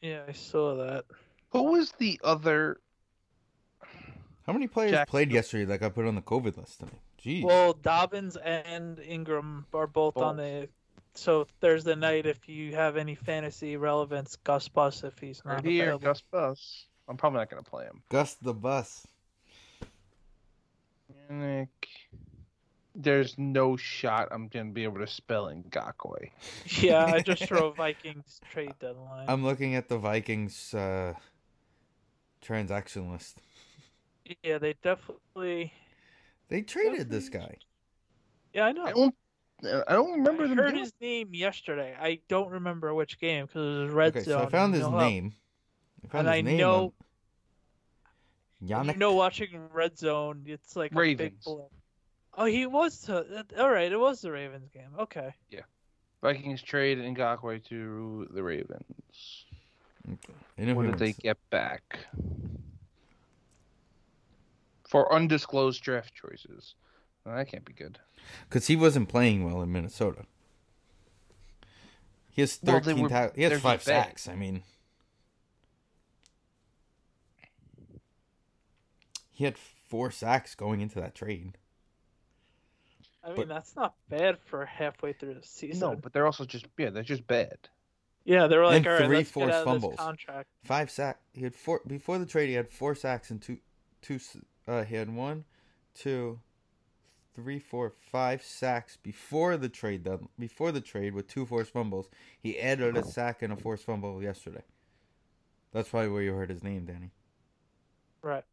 E: yeah, I saw that.
D: who was the other?
C: How many players
D: Jack-
C: played yesterday that got put on the COVID list today? Jeez.
E: Well, Dobbins and Ingram are both on the. So Thursday night, if you have any fantasy relevance, Gus Bus, if he's not
D: Here,
E: available.
D: Gus Bus. I'm probably not gonna play him.
C: Gus the bus.
D: Nick. There's no shot I'm gonna be able to spell Ngakwe.
E: Yeah, I just wrote Vikings trade deadline.
C: I'm looking at the Vikings uh, transaction list.
E: yeah, they definitely.
C: They traded this guy.
E: Yeah, I know.
D: I don't. I don't remember
E: Oh. I
D: them.
E: heard
D: doing-
E: his name yesterday. I don't remember which game because it was red
C: Okay,
E: zone.
C: so I found his
E: and
C: name. I found
E: And I
C: his name
E: know-
C: on-
E: No,
C: Yannick.
E: you know, watching red zone, it's like a big
D: Ravens.
E: blow. Oh, he was. To, that- all right, it was the Ravens game. Okay,
D: Vikings trade Ngakwe to the Ravens.
C: You know
D: What
C: who
D: did they
C: it is.
D: get back? For undisclosed draft choices. Well, that can't be good.
C: because he wasn't playing well in Minnesota. He has
D: Well, they
C: thirteen.
D: were-
C: ta- he has
D: they're
C: five
D: just bad.
C: sacks. I mean, he had four sacks going into that trade.
E: I mean
C: But-
E: that's not bad for halfway through the season.
D: No, but they're also just yeah, they're just bad.
E: yeah, they were like,
C: And
E: all right,
C: three
E: let's get
C: forced
E: out of
C: fumbles.
E: this contract.
C: Five sack. He had four before the trade. He had four sacks and two, two. s- Uh, he had one, two, three, four, five sacks before the trade. Done before the trade with two forced fumbles. He added a sack and a forced fumble yesterday. That's probably where you heard his name, Danny.
E: Right.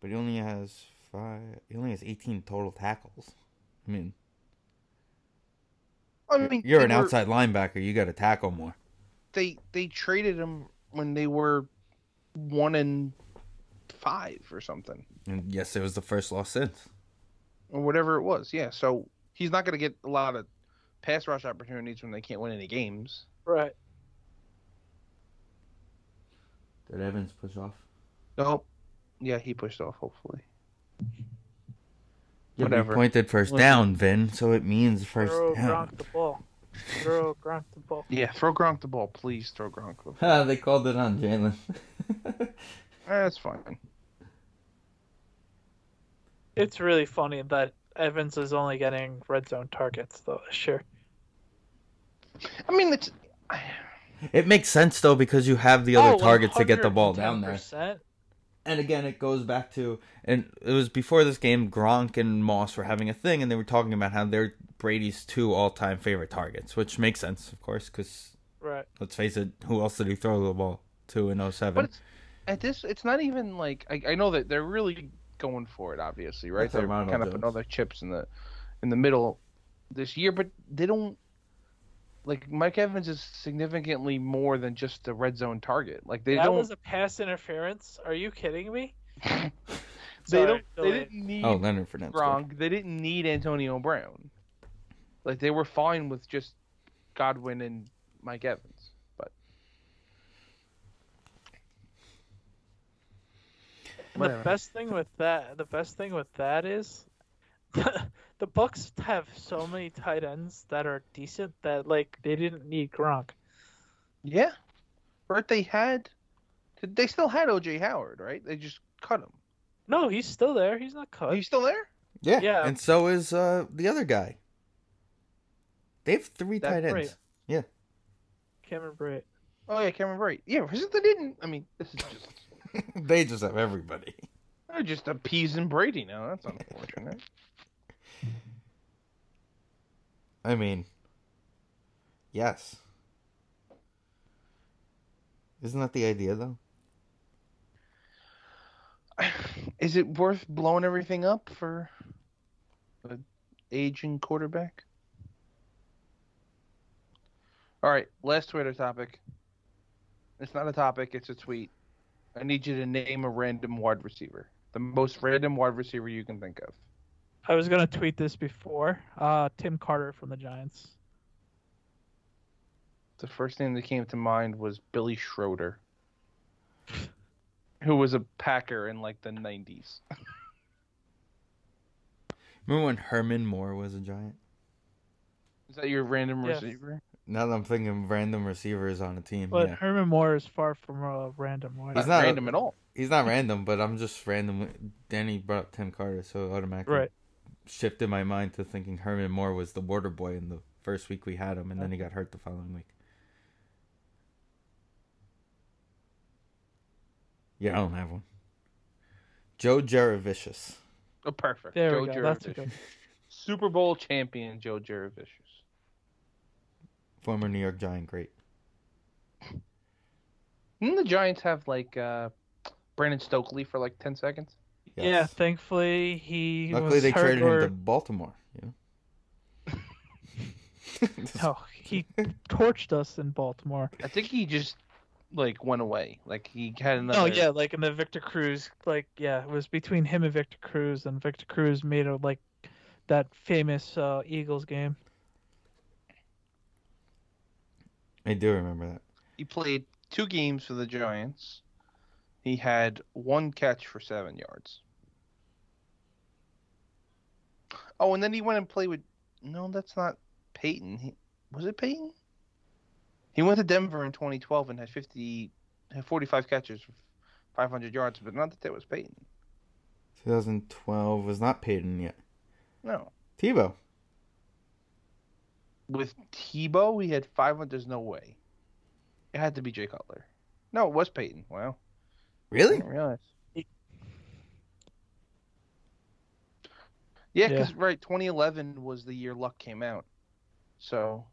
C: but he only has five. He only has eighteen total tackles. I mean,
D: I mean,
C: you're
D: they
C: an
D: were-
C: outside linebacker. You got to tackle more.
D: They they traded him when they were one and five or something.
C: And yes, it was the first loss since.
D: or whatever it was. Yeah, so he's not going to get a lot of pass rush opportunities when they can't win any games.
E: Right.
C: Did Evans push off?
D: Nope. Yeah, he pushed off. Hopefully,
C: Yeah, but he
D: Whatever.
C: pointed first down, Vin. So it means first
E: Throw
C: down.
E: Gronk the ball. Throw Gronk the ball.
D: yeah. Throw Gronk the ball, please. Throw Gronk the ball.
C: Ah, they called it on Jalen.
D: That's fine.
E: It's really funny that Evans is only getting red zone targets though this year.
D: I mean, it's
C: It makes sense though because you have the other
E: Oh,
C: targets to get the ball down there.
E: 110%.
C: And again, it goes back to and it was before this game. Gronk and Moss were having a thing, and they were talking about how they're Brady's two all-time favorite targets, which makes sense, of course, because
E: Right.
C: let's face it, who else did he throw the ball to in 07?
D: But it's at this. It's not even like I, I know that they're really going for it, obviously, right?
C: That's what
D: they're
C: Ronald
D: kind of putting
C: does.
D: all their chips in the in the middle this year, but they don't. Like Mike Evans is significantly more than just a red zone target. Like they
E: that
D: don't.
E: was a pass interference. Are you kidding me?
D: they
E: Sorry,
D: don't.
E: delay.
D: They didn't need
C: oh, Leonard Fournette. scored.
D: Gronk. They didn't need Antonio Brown. Like they were fine with just Godwin and Mike Evans. But
E: And the best thing with that, the best thing with that is, the Bucks have so many tight ends that are decent that like they didn't need Gronk.
D: yeah, right. They had. They still had OJ Howard, right? They just cut him.
E: No, he's still there. He's not cut.
D: He's still there?
C: Yeah.
E: Yeah.
C: And so is uh, the other guy. They have three
D: That's
C: tight ends.
E: right.
C: Yeah.
E: Cameron Brate.
D: Oh yeah, Cameron Bright. Yeah, because they didn't. I mean, this is just
C: they just have everybody.
D: they're just appeasing Brady now. That's unfortunate.
C: I mean, yes. Isn't that the idea, though?
D: is it worth blowing everything up for an aging quarterback? All right, last Twitter topic. It's not a topic, it's a tweet. I need you to name a random wide receiver. The most random wide receiver you can think of.
E: I was gonna tweet this before. Uh, Tim Carter from the Giants.
D: The first name that came to mind was Billy Schroeder, who was a Packer in like the 90s.
C: Remember when Herman Moore was a giant?
D: Is that your random
E: Yes.
D: receiver?
C: Now that I'm thinking of random receivers on a team,
E: But
C: yeah.
E: Herman Moore is far from a random one.
C: He's
D: Not,
C: not a-
D: random at all.
C: he's not random, but I'm just random. Danny brought up Tim Carter, so it automatically
E: Right.
C: shifted my mind to thinking Herman Moore was the water boy in the first week we had him, and then
E: Oh.
C: he got hurt the following week. Yeah, I don't have one. Joe Jaravicious.
D: Oh, perfect.
E: There
D: Joe
E: we go. That's a
D: Juravicius.
E: good.
D: Super Bowl champion Joe Juravicius.
C: former New York Giant great.
D: Didn't the Giants have like uh, Brandon Stokely for like ten seconds?
E: Yeah,
C: Yes.
E: thankfully he
C: Luckily,
E: was
C: they
E: hurt
C: traded
E: or...
C: him to Baltimore. You know?
E: No, he torched us in Baltimore.
D: I think he just like went away. Like he had another.
E: Oh yeah, like in the Victor Cruz, like yeah, it was between him and Victor Cruz, and Victor Cruz made a like that famous uh, Eagles game.
C: I do remember that.
D: He played two games for the Giants. He had one catch for seven yards. Oh, and then he went and played with. No, that's not Peyton. He... Was it Peyton? He went to Denver in 2012 and had 50, had 45 catches for 500 yards, but not that that was Peyton.
C: 2012 was not Peyton yet.
D: No.
C: Tebow.
D: With Tebow, he had 500. There's no way. It had to be Jay Cutler. No, it was Peyton. Wow. I
C: Really?
D: didn't realize. Yeah, because right, 2011 was the year Luck came out, so.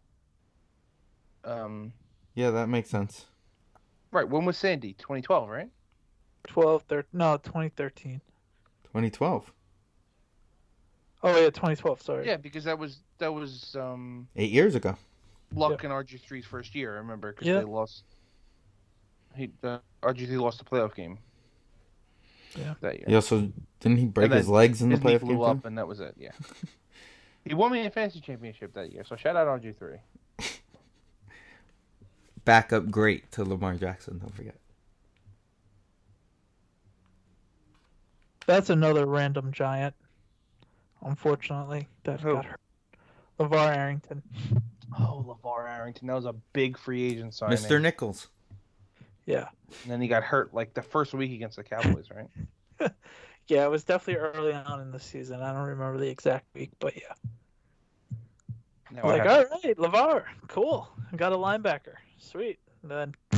D: Um.
C: Yeah, that makes sense.
D: Right. When was Sandy? 2012, right?
E: 12, 13, no, 2013.
C: 2012.
E: Oh yeah, 2012. Sorry.
D: Yeah, because that was that was um
C: Eight years ago.
D: Luck and RG3's first year. I remember because
E: Yeah.
D: they lost. He uh, RG3 lost the playoff game.
E: Yeah.
D: That year.
C: He also didn't he break
D: And then
C: his legs in the
D: His knee
C: playoff game?
D: blew up,
C: too?
D: and that was it. Yeah. he won me a fantasy championship that year, so shout out RG3.
C: Backup great to Lamar Jackson. Don't forget.
E: That's another random giant. Unfortunately, that
D: Who?
E: got hurt. LeVar Arrington.
D: Oh, LeVar Arrington. That was a big free agent signing.
C: Mr. Nichols.
E: Yeah.
D: And then he got hurt like the first week against the Cowboys, right?
E: Yeah, it was definitely early on in the season. I don't remember the exact week, but yeah.
D: Now I
E: Like,
D: have-
E: all right, LeVar, cool. I got a linebacker. Sweet. then.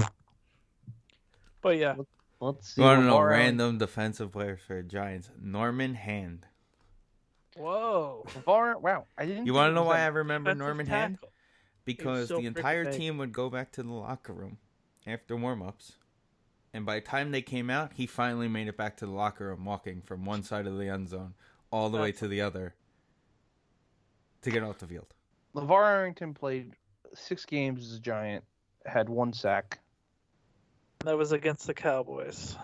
E: But yeah,
D: oh, Let's see. uh,
C: You want to
D: what
C: know
D: Mario-
C: random defensive players for Giants? Norman Hand.
E: whoa.
D: Var- wow, I didn't.
C: You
D: think
C: want
D: it
C: to know
D: was
C: why
D: that-
C: I remember
E: Defensive
C: Norman Hand?
E: tackle.
C: Because
E: so
C: the entire
E: freaking big.
C: team would go back to the locker room after warm ups. And by the time they came out, he finally made it back to the locker room walking from one side of the end zone all the way to the other to get off the field.
D: LeVar Arrington played six games as a Giant, had one sack,
E: That was against the Cowboys.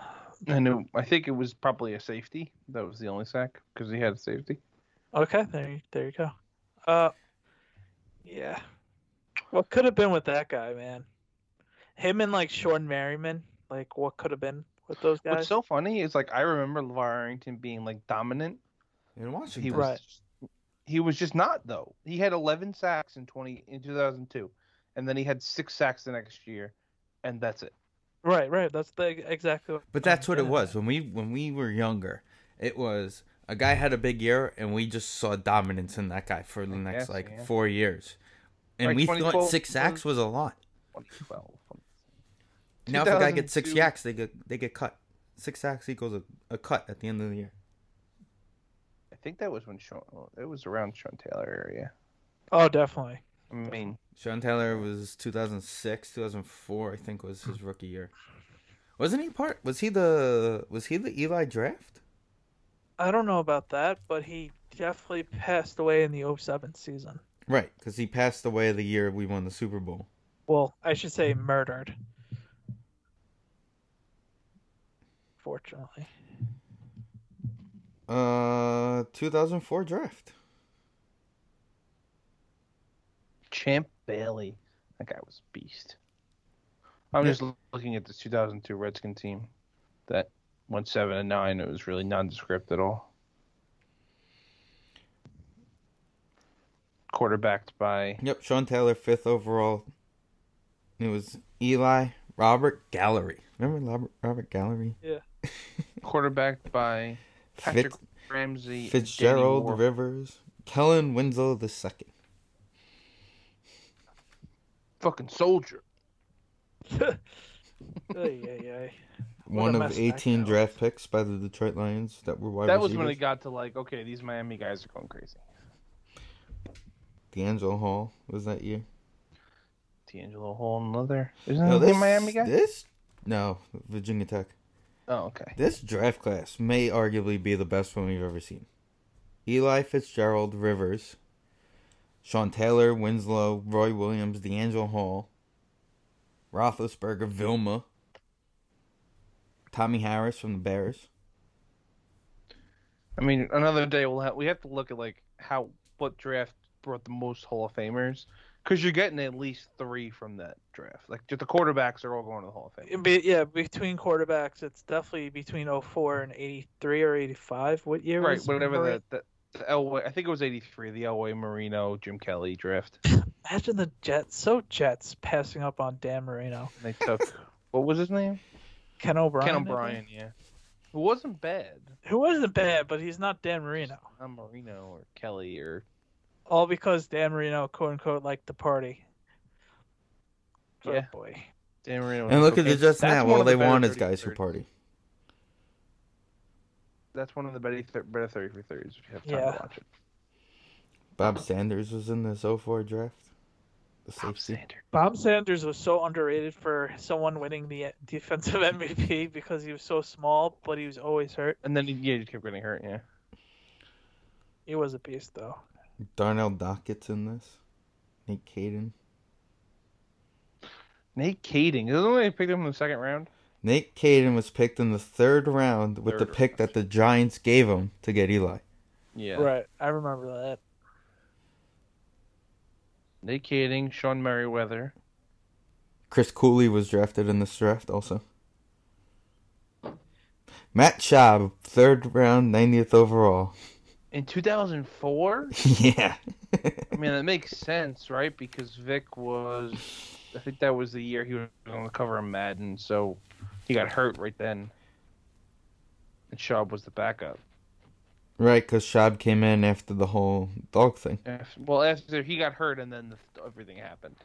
D: and it, I think it was probably a safety. That was the only sack because he had a safety.
E: Okay, there you, there you go. Uh, yeah. What could have been with that guy, man? Him and like Sean Merriman, like what could have been with those guys?
D: What's so funny is like I remember LeVar Arrington being like dominant.
C: In Washington.
D: He was.
E: Right.
D: He was just not though. He had 11 sacks in 20 in 2002, and then he had six sacks the next year, and that's it.
E: Right, right. That's the exactly. What
C: But that's what it
E: Yeah.
C: was when we when we were younger. It was a guy had a big year, and we just saw dominance in that guy for the next
D: guess,
C: like
D: yeah.
C: four years, and
D: Like uh,
C: we
D: 2012
C: thought six sacks was a lot.
D: 2012.
C: Now if a guy gets six
D: 2002
C: sacks, they get they get cut. Six sacks equals a, a cut at the end of the year.
D: I think that was when Sean. oh, It was around Sean Taylor area.
E: Oh, definitely.
D: I mean,
C: Sean Taylor was 2006, 2004, I think was his rookie year. Wasn't he part? Was he the was he the Eli draft?
E: I don't know about that, but he definitely passed away in the 07 season.
C: Right, because he passed away the year we won the Super Bowl.
E: Well, I should say murdered. Fortunately.
C: Uh, 2004 draft.
D: Champ Bailey. That guy was a beast. I'm
C: Yeah.
D: just l- looking at this 2002 Redskin team that went 7 and 9. It was really nondescript at all. Quarterbacked by
C: Yep, Sean Taylor, fifth overall. It was Eli Robert Gallery. Remember Robert, Robert Gallery?
D: quarterbacked by Patrick
C: Fitz-
D: Ramsey, and Danny
C: Fitzgerald
D: Ward.
C: Rivers, Kellen Winslow the second.
D: fucking soldier.
E: Ay, ay, ay. What a
C: One
E: mess
C: of
E: that
C: 18
E: guy
C: draft picks by the Detroit Lions that were wide
D: That was when
C: receivers.
D: it got to like, okay, these Miami guys are going crazy.
C: D'Angelo Hall was that year.
D: D'Angelo Hole, another. Isn't
C: No,
D: that Uh, the
C: this
D: Miami guy?
C: This no Virginia Tech.
D: Oh, okay.
C: This draft class may arguably be the best one we've ever seen. Eli Fitzgerald Rivers, Sean Taylor, Winslow, Roy Williams, D'Angelo Hall, Roethlisberger, Vilma, Tommy Harris from the Bears.
D: I mean, another day we'll have we have to look at like how what draft brought the most Hall of Famers because you're getting at least three from that draft. Like just the quarterbacks are all going to the Hall of Fame.
E: It'd be- yeah, between quarterbacks, it's definitely between 04 and 83 or 85. What year
D: Right,
E: was
D: whatever
E: Murray?
D: the, the, the Elway. I think it was '83, the Elway, Marino, Jim Kelly draft.
E: Imagine the Jets, so Jets passing up on Dan Marino.
D: And they took what was his name?
E: Ken O'Brien. I
D: Ken
E: think?
D: O'Brien. Yeah, who wasn't bad.
E: Who wasn't bad, but he's not Dan Marino.
D: Not Marino or Kelly or
E: All because Dan Marino, quote unquote, liked the party. Oh,
D: Yeah.
E: boy.
D: Dan Marino. was
C: And look at
D: okay.
C: the just now.
D: That's one
C: All
D: of the
C: they
D: better
C: want is
D: 30
C: guys who
D: thirds.
C: party.
D: That's one of the better th- better thirty for thirties. If you have time
E: Yeah.
D: to watch it.
C: Bob Sanders was in this 04 draft. The
D: Bob
C: safety.
D: Sanders.
E: Bob Sanders was so underrated for someone winning the defensive MVP because he was so small, but he was always hurt.
D: And then he- yeah, he kept getting hurt. Yeah.
E: He was a beast, though.
C: Darnell Dockett's in this. Nate Caden.
D: Nate Kading. Isn't they picked him in the second round?
C: Nate Caden was picked in the third round with the
D: Third
C: pick that the Giants gave him to get Eli.
D: Yeah.
E: Right. I remember that.
D: Nate Kading, Sean Merriweather.
C: Chris Cooley was drafted in this draft also. Matt Schaub, third round, 90th overall.
D: In 2004?
C: yeah.
D: I mean, that makes sense, right? Because Vic was. I think that was the year he was on the cover of Madden, so he got hurt right then. And Schaub was the backup.
C: right, because Schaub came in after the whole dog thing.
D: Af- Well, after he got hurt, and then the, everything happened.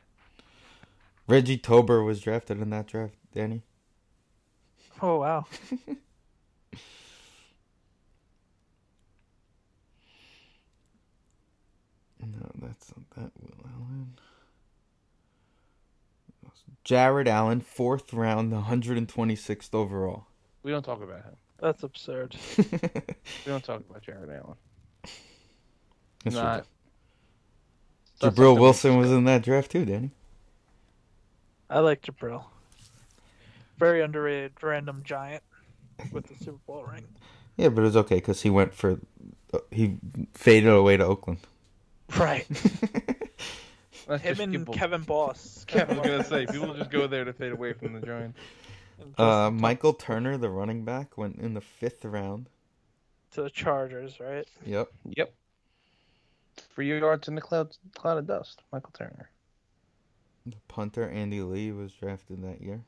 C: Reggie Tober was drafted in that draft, Danny.
E: Oh wow.
C: No, Oh, that's not that Will Allen. Jared Allen, fourth round, the 126th overall.
D: We don't talk about him.
E: That's absurd.
D: We don't talk about Jared Allen.
C: That's
D: Not.
C: ridiculous. Jabril Wilson was in that draft too, Danny.
E: I like Jabril. Very underrated random giant with the Super Bowl ring.
C: Yeah, but it was okay because he went for uh, he faded away to Oakland.
E: Right.
D: Let's
E: Him
D: just
E: and
D: skip a-
E: Kevin Boss.
D: I was gonna say people just go there to fade away from the Giants.
C: Uh, Michael Turner, the running back, went in the fifth round.
E: to the Chargers, right?
C: Yep.
D: Yep. Three yards in the cloud, cloud of dust. Michael Turner.
C: The punter Andy Lee was drafted that year.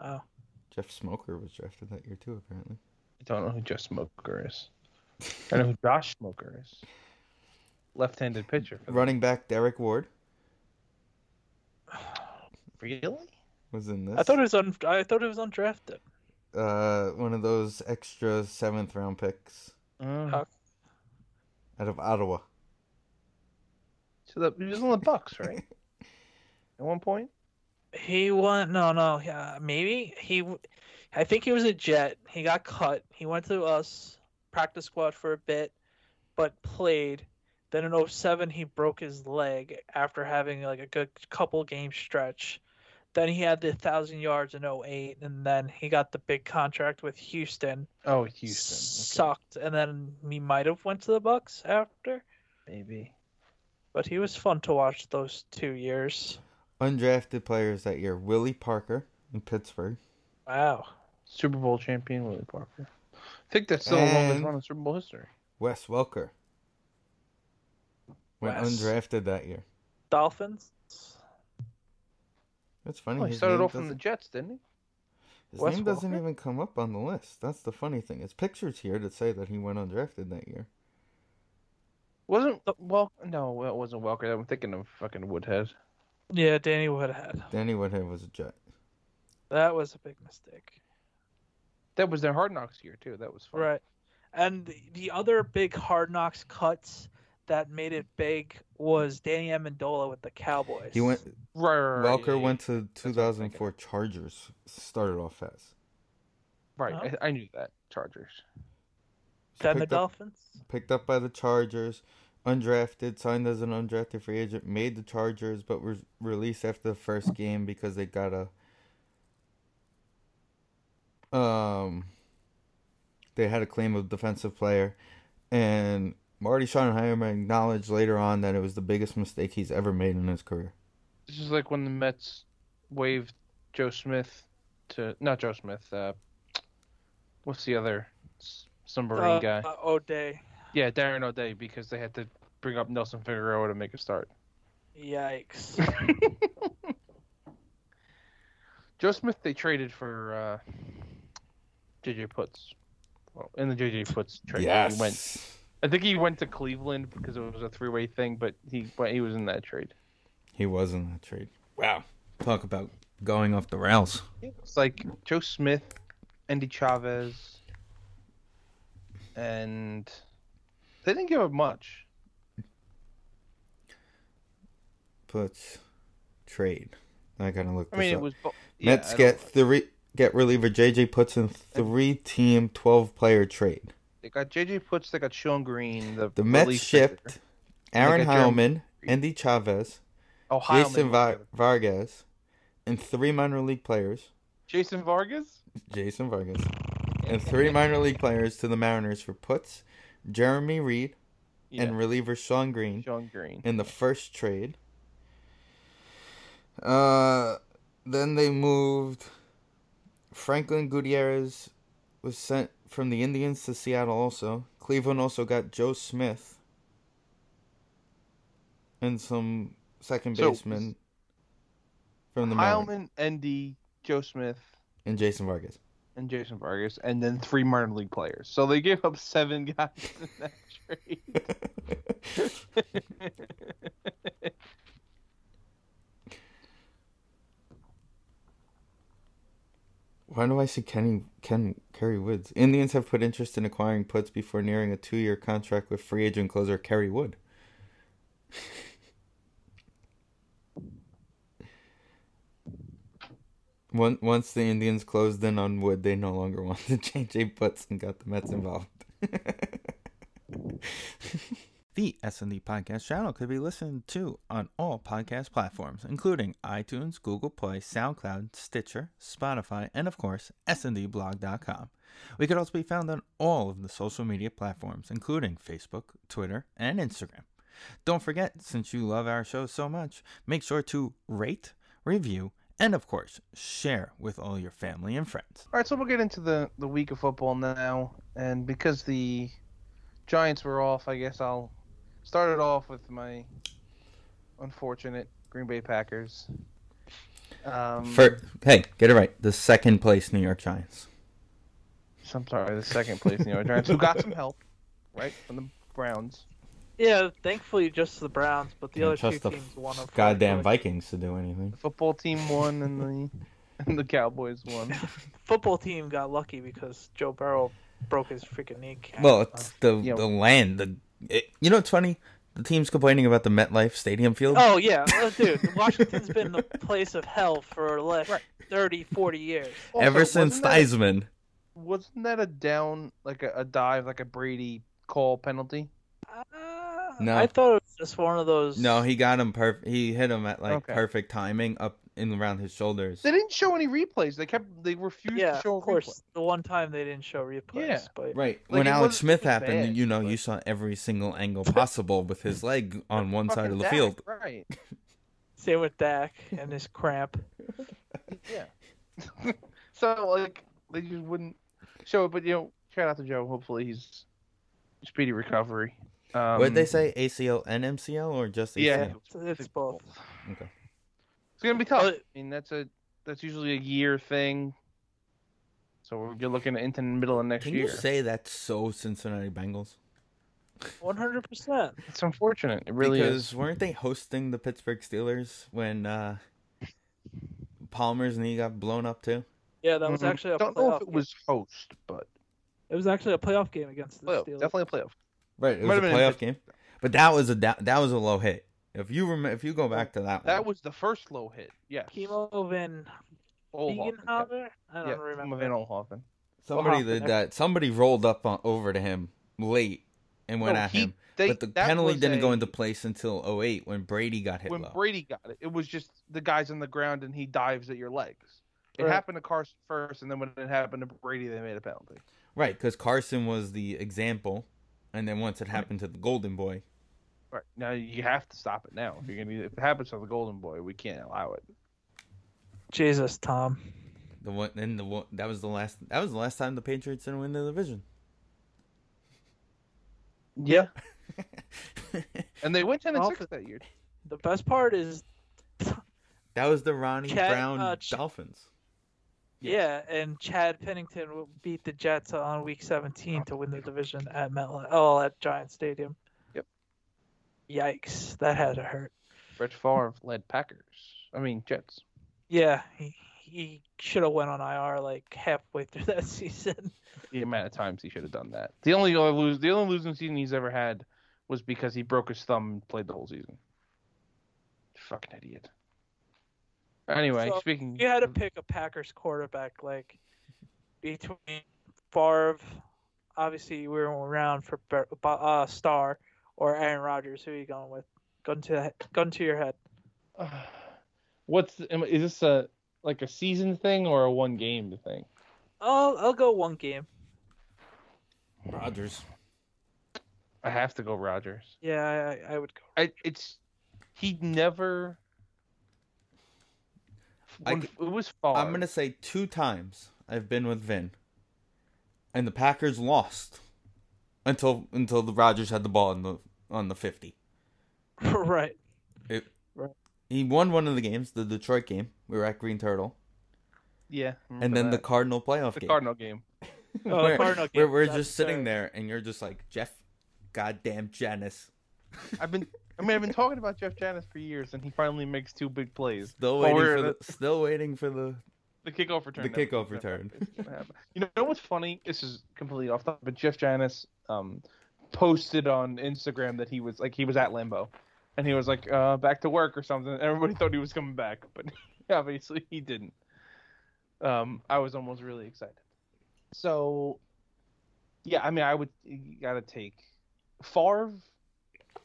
E: Oh.
C: Jeff Smoker was drafted that year too, apparently.
D: I don't know who Jeff Smoker is. I know who Josh Smoker is. Left-handed pitcher. For the-
C: Running back Derek Ward
D: Really?
C: was in this.
E: I thought it was un- I thought it was undrafted.
C: uh, one of those extra seventh round picks
D: Mm.
E: Huh.
C: out of Ottawa.
D: So the, he was on the Bucks, right? At one point.
E: He won. No, no. Yeah, maybe he. w- I think he was a Jet. He got cut. He went to us practice squad for a bit, but played. Then in 07, he broke his leg after having like a good couple game stretch. Then he had the thousand yards in 08, and then he got the big contract with Houston.
D: Oh, Houston. Okay.
E: Sucked, and then he might have went to the Bucks after.
D: Maybe.
E: But he was fun to watch those two years.
C: Undrafted players that year Willie Parker in Pittsburgh.
E: Wow.
D: Super Bowl champion Willie Parker. I think that's still the longest
C: And-
D: run in Super Bowl history.
C: Wes Welker went
E: Wes.
C: undrafted that year.
E: Dolphins.
C: That's funny.
D: Oh, he
C: his
D: started
C: name
D: off from the
C: doesn't-
D: Jets, didn't he?
C: His
E: Wes
C: name doesn't
E: Welker?
C: even come up on the list. That's the funny thing. It's pictures here that say that he went undrafted that year.
D: Wasn't well? No, it wasn't Welker. I'm thinking of fucking Woodhead.
E: Yeah, Danny Woodhead.
C: Danny Woodhead was a Jet.
E: That was a big mistake.
D: That was their Hard Knocks year too. That was fun.
E: Right. And the- the other big hard knocks cuts that made it big was Danny Amendola with the Cowboys.
C: He went.
D: Right. right, right,
C: Welker
D: yeah, yeah.
C: went to
D: I'm
C: 2004 Chargers. Started off as.
D: Right.
E: Oh.
D: I, I knew that. Chargers.
E: Then the
C: picked up-
E: Dolphins.
C: picked up by the Chargers, undrafted, signed as an undrafted free agent, made the Chargers, but was released after the first game because they got a um they had a claim of defensive player and Marty Schottenheimer acknowledged later on that it was the biggest mistake he's ever made in his career.
D: This is like when the Mets waived Joe Smith to not Joe Smith. Uh, what's the other s- submarine
E: Uh,
D: guy?
E: uh, O'Day.
D: Yeah, Darren O'Day because they had to bring up Nelson Figueroa to make a start.
E: Yikes.
D: Joe Smith they traded for uh, JJ Putz. Well, in the JJ Putz trade, he went I think he went to Cleveland because it was a three-way thing, but he but he was in that trade.
C: He was in that trade. Wow. Talk about going off the rails.
D: It's like Joe Smith, Andy Chavez, and they didn't give up much.
C: Puts trade. I gotta look
D: I
C: this
D: mean,
C: up.
D: it was bo- yeah,
C: Mets
D: I don't-
C: get three get reliever JJ puts in three team twelve player trade.
D: they got JJ Putz, they got Sean Green. The,
C: The Mets
D: relief
C: shipped
D: pitcher.
C: Aaron
D: Like a German-
C: Heilman, Andy Chavez,
D: Oh, Heilman
C: Jason Va-
D: was the other-
C: Vargas, and three minor league players.
D: Jason Vargas.
C: Jason Vargas. And three minor league players to the Mariners for Putz, Jeremy Reed,
D: Yeah,
C: and reliever Sean Green
D: Sean Green.
C: in the first trade. Uh, then they moved. Franklin Gutierrez was sent from the Indians to Seattle. Also, Cleveland also got Joe Smith and some second
D: So-
C: baseman from the Mariners
D: Heilman, Andy, Joe Smith,
C: and Jason Vargas.
D: and Jason Vargas, and then three minor league players. So they gave up seven guys in that trade.
C: Why do I see Kenny Ken Kerry Woods? Indians have put interest in acquiring Putz before nearing a two-year contract with free agent closer Kerry Wood. Once once the Indians closed in on Wood, they no longer wanted JJ Putz and got the Mets involved.
F: The S&D Podcast channel could be listened to on all podcast platforms, including iTunes, Google Play, SoundCloud, Stitcher, Spotify, and of course, SndBlog.com. We could also be found on all of the social media platforms, including Facebook, Twitter, and Instagram. Don't forget, since you love our show so much, make sure to rate, review, and of course, share with all your family and friends.
D: All right, so we'll get into the the week of football now, and because the Giants were off, I guess I'll start it off with my unfortunate Green Bay Packers. Um,
C: For hey, get it right. The second place New York Giants.
D: I'm sorry, the second place New York Giants who got some help, right, from the Browns.
E: Yeah, thankfully just the Browns, but the
C: Can't
E: other two
C: trust the
E: teams won. unfortunately.
C: Goddamn Vikings to do anything.
D: The football team won, and the and the Cowboys won.
E: Football team got lucky because Joe Burrow broke his freaking kneecap.
C: Well, it's the
D: Yeah.
C: the land. The it, you know, it's funny. The team's complaining about the MetLife Stadium field.
E: Oh yeah, well, dude, Washington's been the place of hell for the last
D: Right.
E: 30, 40 years.
C: Ever
D: Also,
C: since
D: oh, wasn't that-
C: Theismann,
D: wasn't that a down like a, a dive like a Brady call penalty?
E: Uh,
D: Ah,
C: No.
E: I thought it was just one of those.
C: no, he got him perfect. He hit him at like
D: Okay.
C: perfect timing, up and around his shoulders.
D: They didn't show any replays. They kept they refused
E: yeah,
D: to show
E: of
D: a
E: course.
D: replay.
E: The one time they didn't show replays,
D: Yeah.
E: but
C: Right
D: Like,
C: when
D: it
C: Alex
D: wasn't
C: Smith
D: really
C: happened,
D: bad,
C: you know, you
D: but-
C: saw every single angle possible with his leg on one side
D: Fucking
C: of the
D: Dak,
C: field.
D: Right.
E: same with Dak and his cramp.
D: Yeah. so like they just wouldn't show it, but you know, shout out to Joe. Hopefully he's speedy recovery. Um,
C: What did they say? ACL and MCL or just ACL?
D: Yeah.
E: It's both.
C: Okay.
D: It's gonna be tough.
E: Well,
D: I mean that's a that's usually a year thing. So we're you're looking into the middle of next
C: Can
D: year.
C: you say that's so Cincinnati Bengals?
E: One hundred percent.
D: it's unfortunate. It really
C: because
D: is.
C: weren't they hosting the Pittsburgh Steelers when uh, Palmer's knee got blown up too?
E: Yeah, that was
D: Mhm.
E: actually a
D: don't know
E: playoff.
D: if it was host, but
E: game. It was actually a playoff game against the
D: playoff,
E: Steelers.
D: definitely a playoff.
C: Right, it
D: Might
C: was a
D: have been in
C: playoff game, but that was a that, that was a low hit. If you remember, if you go back to that,
D: That
C: one,
D: was the first low hit. Yes.
E: Chemo Van
D: Olhoffen, yeah.
E: Biegenhaber? I don't
D: Yeah,
E: remember.
D: Van Olhoffen.
C: somebody
D: Olhoffen,
C: did
D: that-
C: that. Somebody rolled up on, over to him late and went
D: No,
C: at
D: he-
C: him,
D: they-
C: but the
D: that
C: penalty
D: was
C: didn't go
D: a-
C: into place until 08 when Brady got hit
D: When
C: low.
D: Brady got it, it was just the guy's on the ground and he dives at your legs. It
E: Right.
D: happened to Carson first, and then when it happened to Brady, they made a penalty.
C: Right, because Carson was the example, and then
D: Mm-hmm.
C: once it happened to the Golden Boy,
D: Right now, you have to stop it now. If you're gonna, if it happens to the Golden Boy, we can't allow it.
E: Jesus, Tom.
C: the one, and the one that was the last that was the last time the Patriots didn't win the division.
D: Yeah. and they went ten and
E: Well,
D: six that year.
E: The best part is,
C: That was the Ronnie
E: Cat-
C: Brown
E: uh, Ch-
C: Dolphins.
E: yeah, and Chad Pennington will beat the Jets on Week 17 to win the division at MetLife. Oh, at Giant Stadium.
D: Yep.
E: Yikes, that had to hurt.
D: Brett Favre led Packers. I mean Jets.
E: Yeah, he, he should have went on IR like halfway through that season.
D: The amount of times he should have done that. The only other lose, the only losing season he's ever had was because he broke his thumb and played the whole season. Fucking idiot. Anyway,
E: So,
D: speaking.
E: You had to pick a Packers quarterback like between Favre, obviously we were around for Ber- Bo- uh, Star or Aaron Rodgers. Who are you going with? Gun to the he- gun to your head.
D: What's the- am- is this a like a season thing or a one game thing?
E: I'll I'll go one game.
C: Rogers.
D: I have to go Rogers.
E: Yeah, I, I would go.
D: I it's he never.
C: I
D: When-
C: g-
D: it was far.
C: I'm gonna say two times I've been with Vin, and the Packers lost until until the Rogers had the ball on the on the 50.
E: right.
C: He won one of the games, the Detroit game. We were at Green Turtle,
D: yeah.
C: and then the Cardinal playoff
D: the
C: game.
D: Cardinal game.
E: Oh,
C: where,
E: Cardinal
C: where
E: game
C: we're
E: was
C: just sitting
E: absurd.
C: there, and you're just like Jeff, goddamn Janice.
D: I've been. I mean, I've been talking about Jeff Janis for years, and he finally makes two big plays.
C: Still
D: But
C: waiting
D: we're-
C: for the, still waiting for the
D: The kickoff return.
C: the
D: never-
C: kickoff
D: never
C: return.
D: happened. You know what's funny? This is completely off topic, but Jeff Janis um, posted on Instagram that he was like he was at Lambo, and he was like uh, back to work or something. Everybody thought he was coming back, but obviously he didn't. Um, I was almost really excited. So, yeah, I mean, I would you gotta take Favre.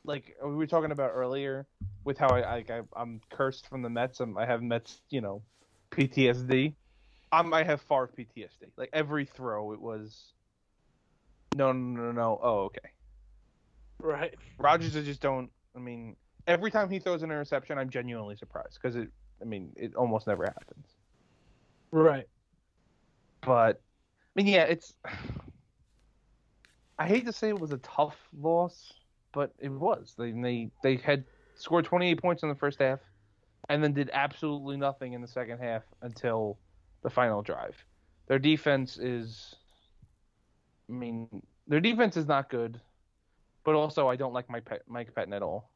D: Like we were talking about earlier, with how I, I, I I'm cursed from the Mets. I'm, I have Mets, you know, PTSD. I'm, I have Favre PTSD. Like every throw, it was. No, no, no, no. Oh, okay.
E: Right.
D: Rogers, I just don't. I mean, every time he throws an interception, I'm genuinely surprised because it. I mean, it almost never happens.
E: Right.
D: But, I mean, yeah, it's. I hate to say it was a tough loss, but it was. They they they had scored 28 points in the first half, and then did absolutely nothing in the second half until the final drive. Their defense is. I mean, their defense is not good, but also I don't like Mike Pet- Mike Patton at all.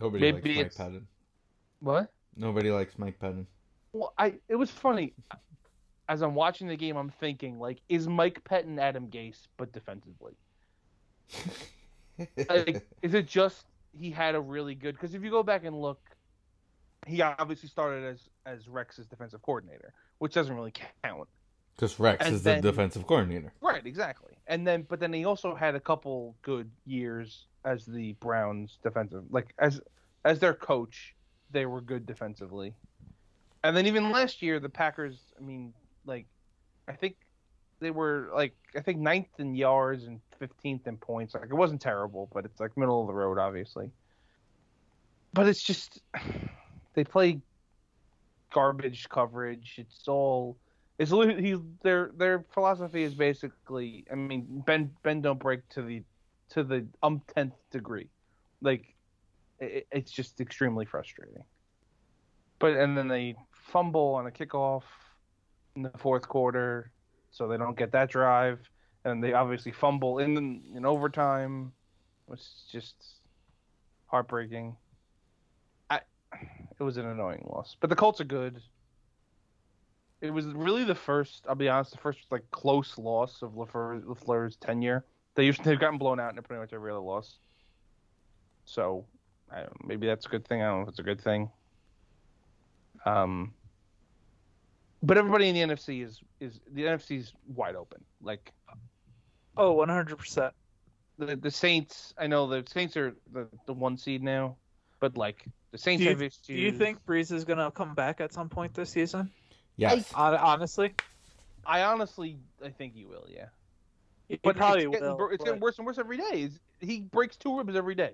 C: Nobody
D: Maybe
C: likes Mike
D: it's-
C: Patton.
D: What?
C: Nobody likes Mike Patton.
D: Well, I it was funny. As I'm watching the game, I'm thinking like, is Mike Pettin Adam Gase, but defensively? like, is it just he had a really good? Because if you go back and look, he obviously started as as Rex's defensive coordinator, which doesn't really count.
C: Because Rex
D: And
C: is
D: then-
C: the defensive coordinator.
D: Right, exactly. And then, but then he also had a couple good years as the Browns' defensive, like as as their coach, they were good defensively. And then even last year, the Packers, I mean, like, I think they were like I think ninth in yards and fifteenth in points. Like it wasn't terrible, but it's like middle of the road, obviously. But it's just they play garbage coverage. It's all it's li- he their their philosophy is basically I mean Ben Ben don't break to the to the umpteenth degree, like it, it's just extremely frustrating. But and then they fumble on a kickoff in the fourth quarter, so they don't get that drive, and they obviously fumble in in overtime, which is just heartbreaking. I it was an annoying loss, but the Colts are good it was really the first. I'll be honest, the first like close loss of Lafleur, Lafleur's tenure. They used they've gotten blown out in pretty much every other loss. So, I don't, maybe that's a good thing. I don't know if it's a good thing. Um, but everybody in the NFC is is the NFC's wide open. Like
E: Oh, 100%.
D: the the Saints, I know the Saints are the, the one seed now, but like the Saints
E: Do you,
D: have issues.
E: do you think Breeze is going to come back at some point this season?
C: Yes.
D: oh,
E: Hon- Honestly?
D: I honestly, I think he will. Yeah.
E: He
D: But
E: probably
D: it's getting,
E: will.
D: br- it's getting
E: but-
D: worse and worse every day. He's- he breaks two ribs every day.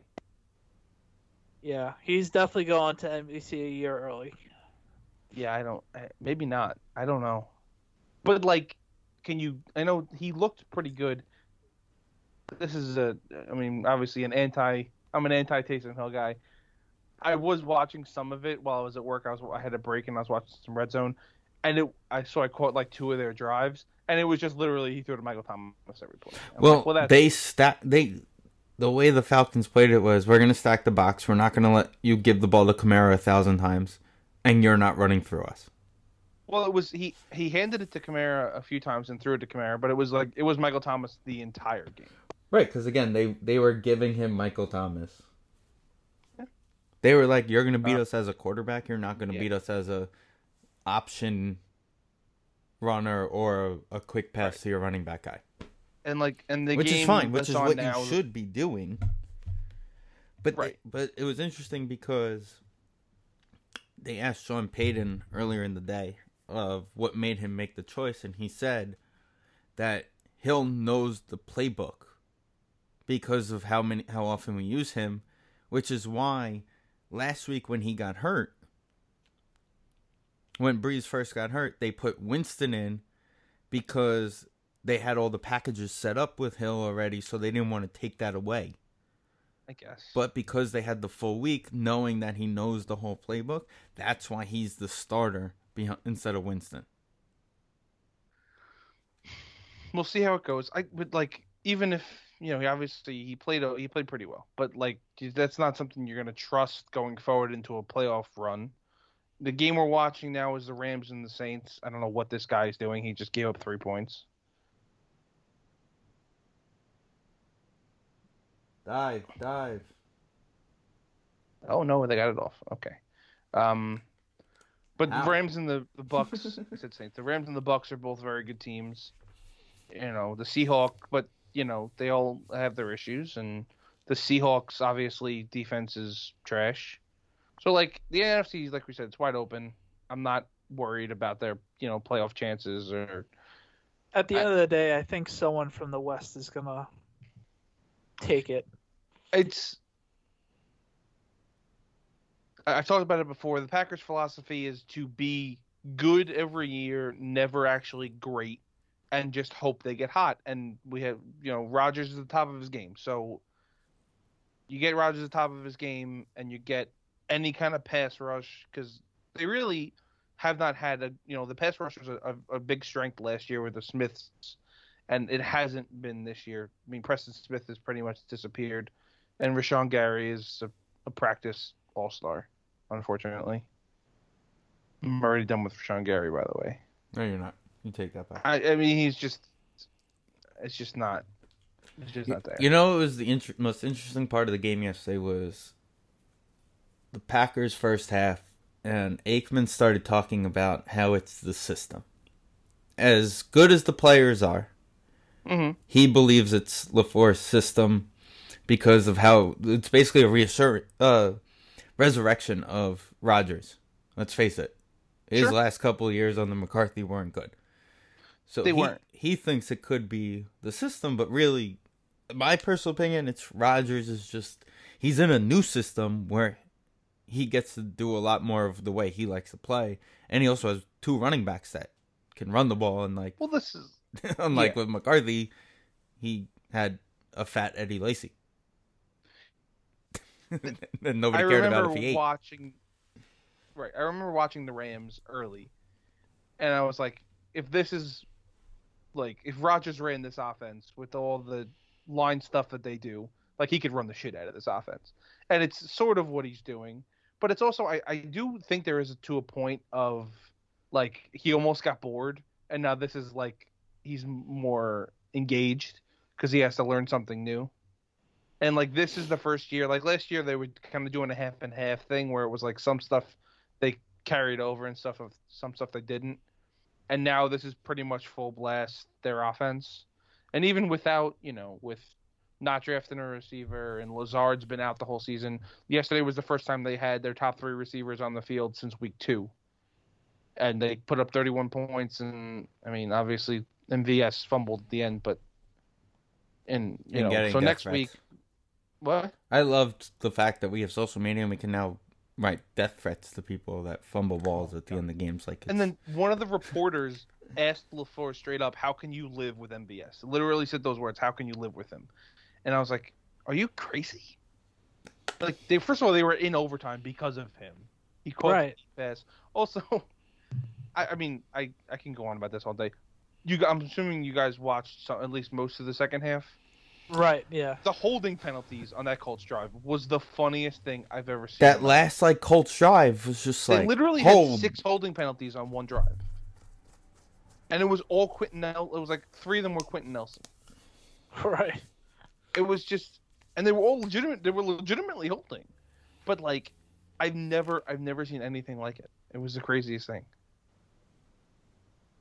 E: Yeah, he's definitely going to NBC a year early.
D: Yeah, I don't. eh, Maybe not. I don't know. But like, can you? I know he looked pretty good. This is a. I mean, obviously an anti. I'm an anti Taysom Hill guy. I was watching some of it while I was at work. I was. I had a break and I was watching some Red Zone, and it. I so I caught like two of their drives, and it was just literally he threw to Michael Thomas every play. I'm
C: Well,
D: like, well, that's
C: they stack they the way the Falcons played it was we're gonna stack the box. We're not gonna let you give the ball to Kamara a thousand times, and you're not running through us.
D: Well, it was he. He handed it to Kamara a few times and threw it to Kamara, but it was like it was Michael Thomas the entire game.
C: Right, because again, they they were giving him Michael Thomas. They were like, "You're gonna beat us as a quarterback. You're not gonna
D: Uh, Yeah.
C: beat us as a option runner or a, a quick pass to your running back guy."
D: And like, and the
C: which
D: game
C: is fine,
D: that's
C: which is
D: on
C: what
D: now,
C: you should be doing. But
D: Right.
C: they- but it was interesting because they asked Sean Payton earlier in the day of what made him make the choice, and he said that Hill knows the playbook because of how many how often we use him, which is why last week when he got hurt, when Breeze first got hurt, they put Winston in because they had all the packages set up with Hill already, so they didn't want to take that away.
D: I guess.
C: But because they had the full week, knowing that he knows the whole playbook, that's why he's the starter behind, instead of Winston.
D: we'll see how it goes. I would like, even if you know, he obviously he played a- he played pretty well, but like that's not something you're gonna trust going forward into a playoff run. the game we're watching now is the Rams and the Saints. I don't know what this guy is doing. He just gave up three points.
C: Dive, dive.
D: Oh no, they got it off. Okay. Um, but
C: Ow.
D: the Rams and the, the Bucks I said Saints. The Rams and the Bucks are both very good teams. You know, the Seahawks, but you know, they all have their issues and the Seahawks obviously defense is trash. So like the NFC, like we said, it's wide open. I'm not worried about their, you know, playoff chances or
E: At the end of the day, I think someone from the West is gonna take it.
D: it's I- I've talked about it before. The Packers' philosophy is to be good every year, never actually great, and just hope they get hot. And we have, you know, Rodgers is at the top of his game. So you get Rodgers at the top of his game, and you get any kind of pass rush because they really have not had a, you know, the pass rush was a, a, a big strength last year with the Smiths, and it hasn't been this year. I mean, Preston Smith has pretty much disappeared and Rashawn Gary is a, a practice all star, unfortunately. I'm already done with Rashawn Gary, by the way.
C: No, you're not. You take that back.
D: I, I mean, he's just, it's just not, it's just not there.
C: You know, it was the inter- most interesting part of the game yesterday was the Packers' first half, and Aikman started talking about how it's the system. As good as the players are,
D: Mhm.
C: he believes it's LaFour's system because of how it's basically a reassur- uh, resurrection of Rodgers. Let's face it, his
D: Sure.
C: last couple of years under McCarthy weren't good. So
D: They
C: he,
D: weren't.
C: He thinks it could be the system, but really, in my personal opinion, it's Rodgers is just he's in a new system where he gets to do a lot more of the way he likes to play, and he also has two running backs that can run the ball and like
D: Well, this is,
C: unlike
D: Yeah.
C: with McCarthy, he had a fat Eddie Lacy. and
D: I
C: nobody cared
D: remember
C: about if he ate.
D: watching, right? I remember watching the Rams early, and I was like, if this is, like, if Rodgers ran this offense with all the line stuff that they do, like he could run the shit out of this offense, and it's sort of what he's doing. But it's also I, I do think there is to a point of like he almost got bored, and now this is like he's m- more engaged because he has to learn something new. And like this is the first year. Like last year, they were kind of doing a half and half thing where it was like some stuff they carried over and stuff of some stuff they didn't. And now this is pretty much full blast their offense. And even without you know with not drafting a receiver and Lazard's been out the whole season. Yesterday was the first time they had their top three receivers on the field since week two. And they put up 31 points, and I mean, obviously MVS fumbled at the end, but and you
C: And
D: know,
C: getting
D: so
C: death
D: next
C: threats.
D: week, what?
C: I loved the fact that we have social media and we can now write death threats to people that fumble balls at the end of games. Like, it's,
D: And then one of the reporters asked LaFleur straight up, How can you live with MBS? Literally said those words, How can you live with him? And I was like, Are you crazy? Like, they, first of all, they were in overtime because of him. He caught
E: Right.
D: the pass. Also, I, I mean, I, I can go on about this all day. You, g- I'm assuming you guys watched some, at least most of the second half.
E: Right? Yeah.
D: The holding penalties on that Colts drive was the funniest thing I've ever seen.
C: that last like Colts drive was just
D: They
C: like
D: literally
C: hold.
D: had six holding penalties on one drive. And it was all Quentin Nelson. It was like three of them were Quentin Nelson.
E: Right.
D: It was just, and they were all legitimate. They were legitimately holding, but like, I've never, I've never seen anything like it. It was the craziest thing.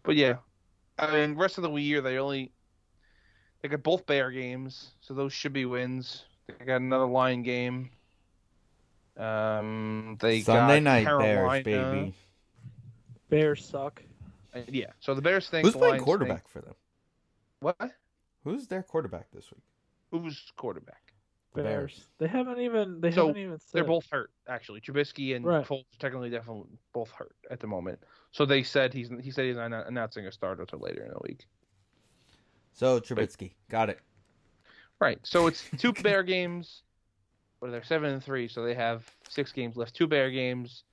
D: But yeah, I mean, rest of the year they only, they got both Bear games, so those should be wins. They got another Lion game. Um, they
C: Sunday
D: got
C: night Bears,
D: Carolina.
C: baby.
E: Bears suck.
D: Uh, Yeah. So the Bears think
C: Who's
D: the
C: playing
D: Lions
C: quarterback for them?
D: Think, what?
C: Who's their quarterback this week?
D: Who's quarterback?
C: The
E: Bears.
C: Bears.
E: They haven't even. They
D: So,
E: haven't even. Said.
D: They're both hurt actually. Trubisky and
E: Right.
D: Foles are technically definitely both hurt at the moment. So they said he's he said he's not announcing a start until later in the week.
C: So Trubisky got it.
D: Right. So it's two Bear games. But they're seven and three, so they have six games left. Two Bear games,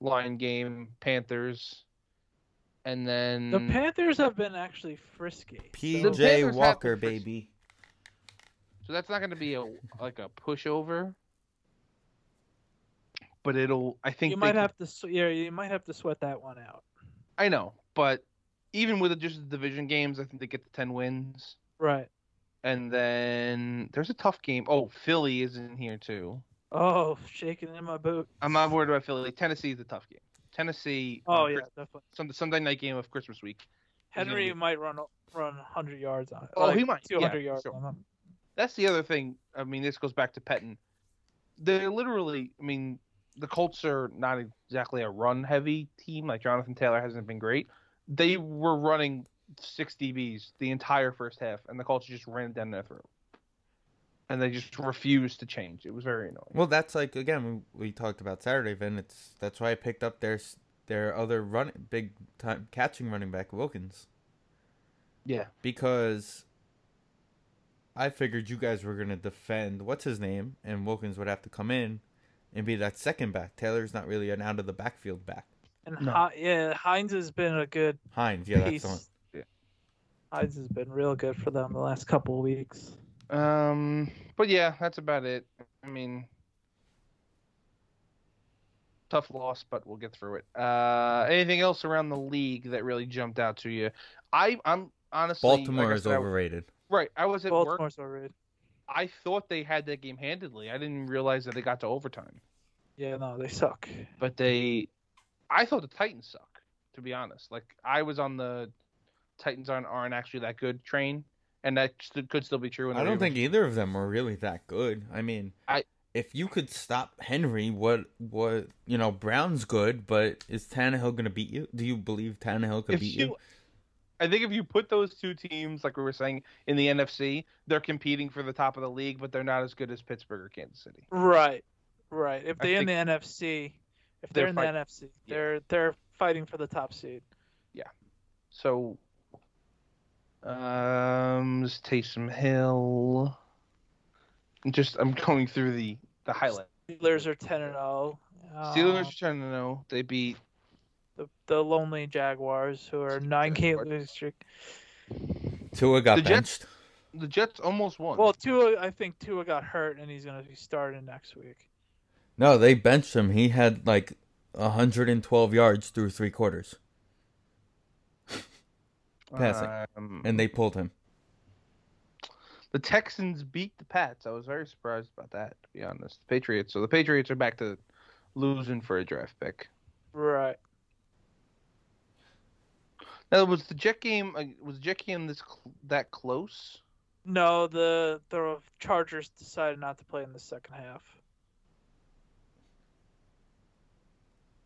D: Lion game, Panthers, and then
E: The Panthers have been actually frisky.
D: The Panthers
C: PJ
D: have the
C: Walker,
D: first-
C: baby.
D: So that's not going to be a like a pushover. but it'll. I think
E: You
D: they
E: might
D: could-
E: have to. s- Yeah, you might have to sweat that one out.
D: I know, but even with just the division games, I think they get to ten wins.
E: Right.
D: And then there's a tough game. Oh, Philly is in here too.
E: Oh, shaking in my boot.
D: I'm not worried about Philly. Tennessee is a tough game. Tennessee.
E: Oh
D: on
E: yeah,
D: Chris-
E: definitely.
D: Sun- Sunday night game of Christmas week.
E: Henry
D: be-
E: might run run 100 yards on it.
D: Oh, he might, yeah,
E: 200 yards
D: sure.
E: on him.
D: That's the other thing. I mean, this goes back to Petton. They're literally. I mean, the Colts are not exactly a run-heavy team. Like Jonathan Taylor hasn't been great. They were running six DBs the entire first half, and the Colts just ran it down their throat. And they just refused to change. It was very annoying.
C: Well, that's like again we, we talked about Saturday, Vin. It's that's why I picked up their s- their other run big time catching running back Wilkins
D: Yeah.
C: because I figured you guys were gonna defend what's his name and Wilkins would have to come in and be that second back. Taylor's not really an out of the backfield back.
E: And
D: No.
E: Hi- yeah, Hines has been a good
C: Hines, yeah, that's
E: piece.
C: the one.
D: Yeah.
E: Hines has been real good for them the last couple of weeks.
D: Um, but yeah, that's about it. I mean, tough loss, but we'll get through it. Uh, anything else around the league that really jumped out to you? I, I'm honestly like I
C: Baltimore is
D: said, I-
C: overrated.
D: right, I was at work.
E: Baltimore's overrated.
D: I thought they had that game handedly. I didn't realize that they got to overtime.
E: Yeah, no, they suck.
D: But they, I thought the Titans suck. To be honest, like I was on the Titans aren't, aren't actually that good train, and that st- could still be true. when
C: I
D: they're
C: don't
D: even-
C: think either of them were really that good. I mean,
D: I-
C: if you could stop Henry, what what you know, Brown's good, but is Tannehill gonna beat you? Do you believe Tannehill could
D: if
C: beat
D: you, I think if you put those two teams, like we were saying in the NFC, they're competing for the top of the league, but they're not as good as Pittsburgh or Kansas City.
E: Right, right. If
D: I
E: they're in the
D: think-
E: NFC, if
D: They're
E: they're, in the
D: fight-
E: NFC,
D: yeah.
E: they're they're fighting for the top seed.
D: So, um, there's Taysom Hill. I'm Just I'm going through the the highlight.
E: Steelers are 10 and oh. 0.
D: Steelers
E: Uh,
D: are trying to know they beat.
E: the, the lonely Jaguars, who are nine K
D: Jaguars.
E: losing streak.
C: you? Tua got
D: the Jets-
C: benched.
D: The Jets almost won.
E: Well, Tua, I think Tua got hurt, and he's going to be starting next week.
C: No, they benched him. He had like hundred and twelve yards through three quarters. passing.
D: Um,
C: And they pulled him.
D: the Texans beat the Pats. I was very surprised about that, to be honest. The Patriots. So the Patriots are back to losing for a draft pick.
E: Right.
D: Now was the Jet game uh, was the Jet game this cl- that close?
E: No, the the Chargers decided not to play in the second half.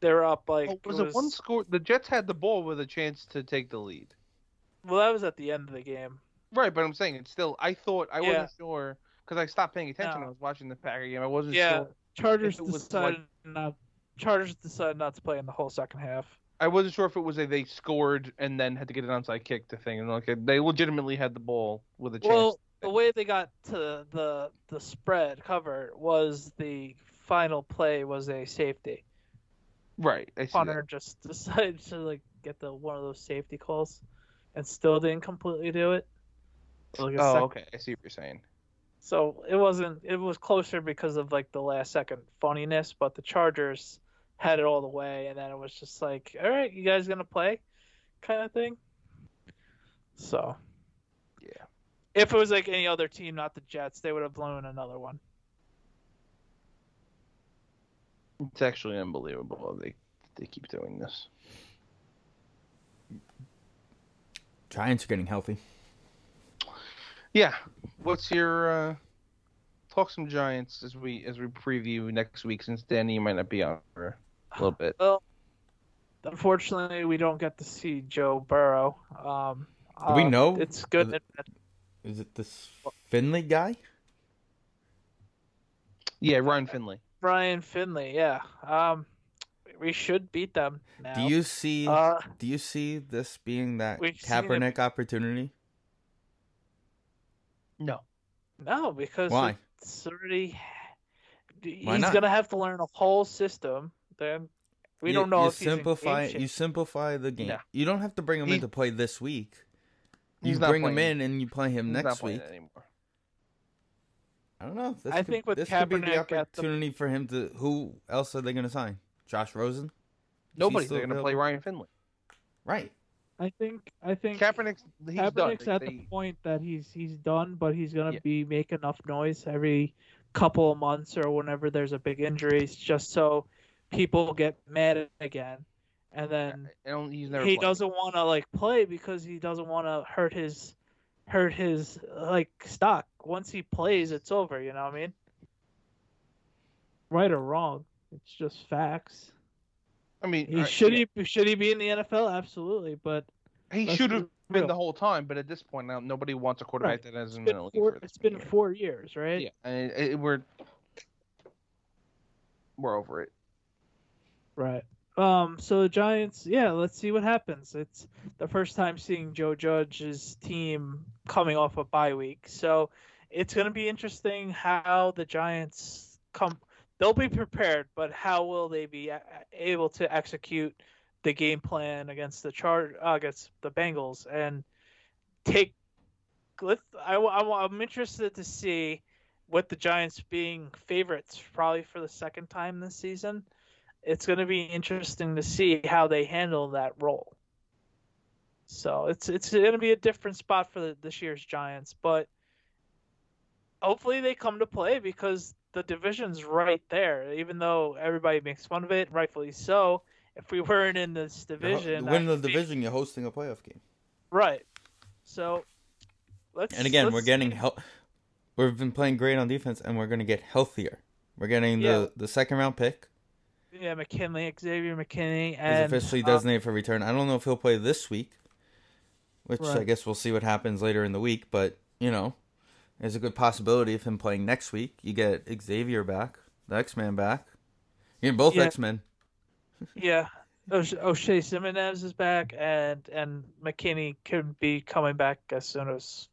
E: they were up like
D: Oh, was it, one score? The Jets had the ball with a chance to take the lead.
E: Well, that was at the end of the game.
D: Right, but I'm saying it's still. I thought I
E: Yeah.
D: wasn't sure because I stopped paying attention.
E: No.
D: I was watching the Packer game. I wasn't
E: Yeah.
D: sure.
E: Chargers
D: If it was
E: decided not. Chargers decided not to play in the whole second half.
D: I wasn't sure if it was a they scored and then had to get an onside kick to thing. And like they legitimately had the ball with a chance.
E: Well, the way they got to the the spread cover was the final play was a safety.
D: right. I see that.
E: punter just decided to like get the one of those safety calls and still didn't completely do it. Like a
D: Oh,
E: sec-
D: okay. I see what you're saying.
E: So it wasn't it was closer because of like the last second funniness, but the Chargers had it all the way and then it was just like, All right, you guys gonna play kind of thing. So
D: Yeah.
E: if it was like any other team, not the Jets, they would have blown another one.
D: It's actually unbelievable. They they keep doing this.
C: Giants are getting healthy.
D: Yeah. What's your uh, talk some Giants as we as we preview next week since Danny you might not be on for a little bit.
E: Well, unfortunately, we don't get to see Joe Burrow. Um,
C: Do we
E: uh,
C: know?
E: it's good.
C: Is Is it this Finley guy?
D: Yeah, Ryan Finley.
E: Brian Finley, yeah. Um, we should beat them now.
C: Do you see
E: Uh,
C: do you see this being that
E: we've seen it.
C: Kaepernick opportunity?
D: No.
E: no, because
C: Why?
E: it's already. He's
C: Why not?
E: gonna have to learn a whole system. Then we
C: You-
E: don't know
C: you
E: if he's in
C: simplify
E: game shape.
C: you simplify the game.
D: No.
C: You don't have to bring him
D: He-
C: in to play this week. You
D: He's not
C: bring him
D: playing.
C: in and you play him
D: He's not
C: next
D: playing
C: week.
D: anymore.
C: I don't know. This
E: I
C: could-
E: think with
C: this could be the
E: Kaepernick at the-
C: opportunity for him to. Who else are they going to sign? Josh Rosen.
D: Nobody.
C: still
D: They're going to play
C: available?
D: Ryan Finley.
C: Right.
E: I think I think
D: Kaepernick's he's done.
E: Kaepernick's
D: They-
E: at the
D: they-
E: point that he's he's done, but he's gonna
D: Yeah.
E: be make enough noise every couple of months or whenever there's a big injury, it's just so people get mad again, and then
D: I don't- he's never
E: he
D: played.
E: doesn't want to like play because he doesn't want to hurt his hurt his like stock. Once he plays, it's over. You know what I mean? Right or wrong, it's just facts.
D: I mean,
E: He
D: uh,
E: should
D: yeah.
E: he should he be in the NFL? Absolutely, but
D: He
E: Let's
D: should
E: be
D: have been
E: real.
D: the whole time, but at this point now, nobody wants a quarterback
E: Right.
D: that hasn't
E: it's
D: been in
E: been
D: the league
E: four,
D: for
E: it's
D: three
E: been
D: years.
E: four years, right?
D: Yeah, and it- it- we're we're over it.
E: Right. Um. So the Giants. Yeah. Let's see what happens. It's the first time seeing Joe Judge's team coming off a bye week, so it's going to be interesting how the Giants come. They'll be prepared, but how will they be a- able to execute the game plan against the chart uh, against the Bengals and take? Let's. I, I, I'm interested to see with the Giants being favorites probably for the second time this season it's going to be interesting to see how they handle that role. So it's it's going to be a different spot for the, this year's Giants, but hopefully they come to play because the division's right there. Even though everybody makes fun of it, rightfully so. If we weren't in this
C: You're ho-
E: division,
C: you win the
E: I'd be-
C: division, you're hosting a playoff game.
E: right? So let's
C: And again,
E: let's
C: we're getting help. We've been playing great on defense, and we're going to get healthier. We're getting
E: Yeah.
C: the, the second round pick
E: yeah McKinley, Xavier McKinney,
C: is
E: and
C: officially
E: uh,
C: designated for return. I don't know if he'll play this week, which I
E: Right.
C: guess we'll see what happens later in the week. But you know, there's a good possibility of him playing next week. You get Xavier back, the X Men back. You get both
E: Yeah.
C: X Men.
E: Yeah, O'Sh- O'Shea Simonez is back, and and McKinney could be coming back as soon as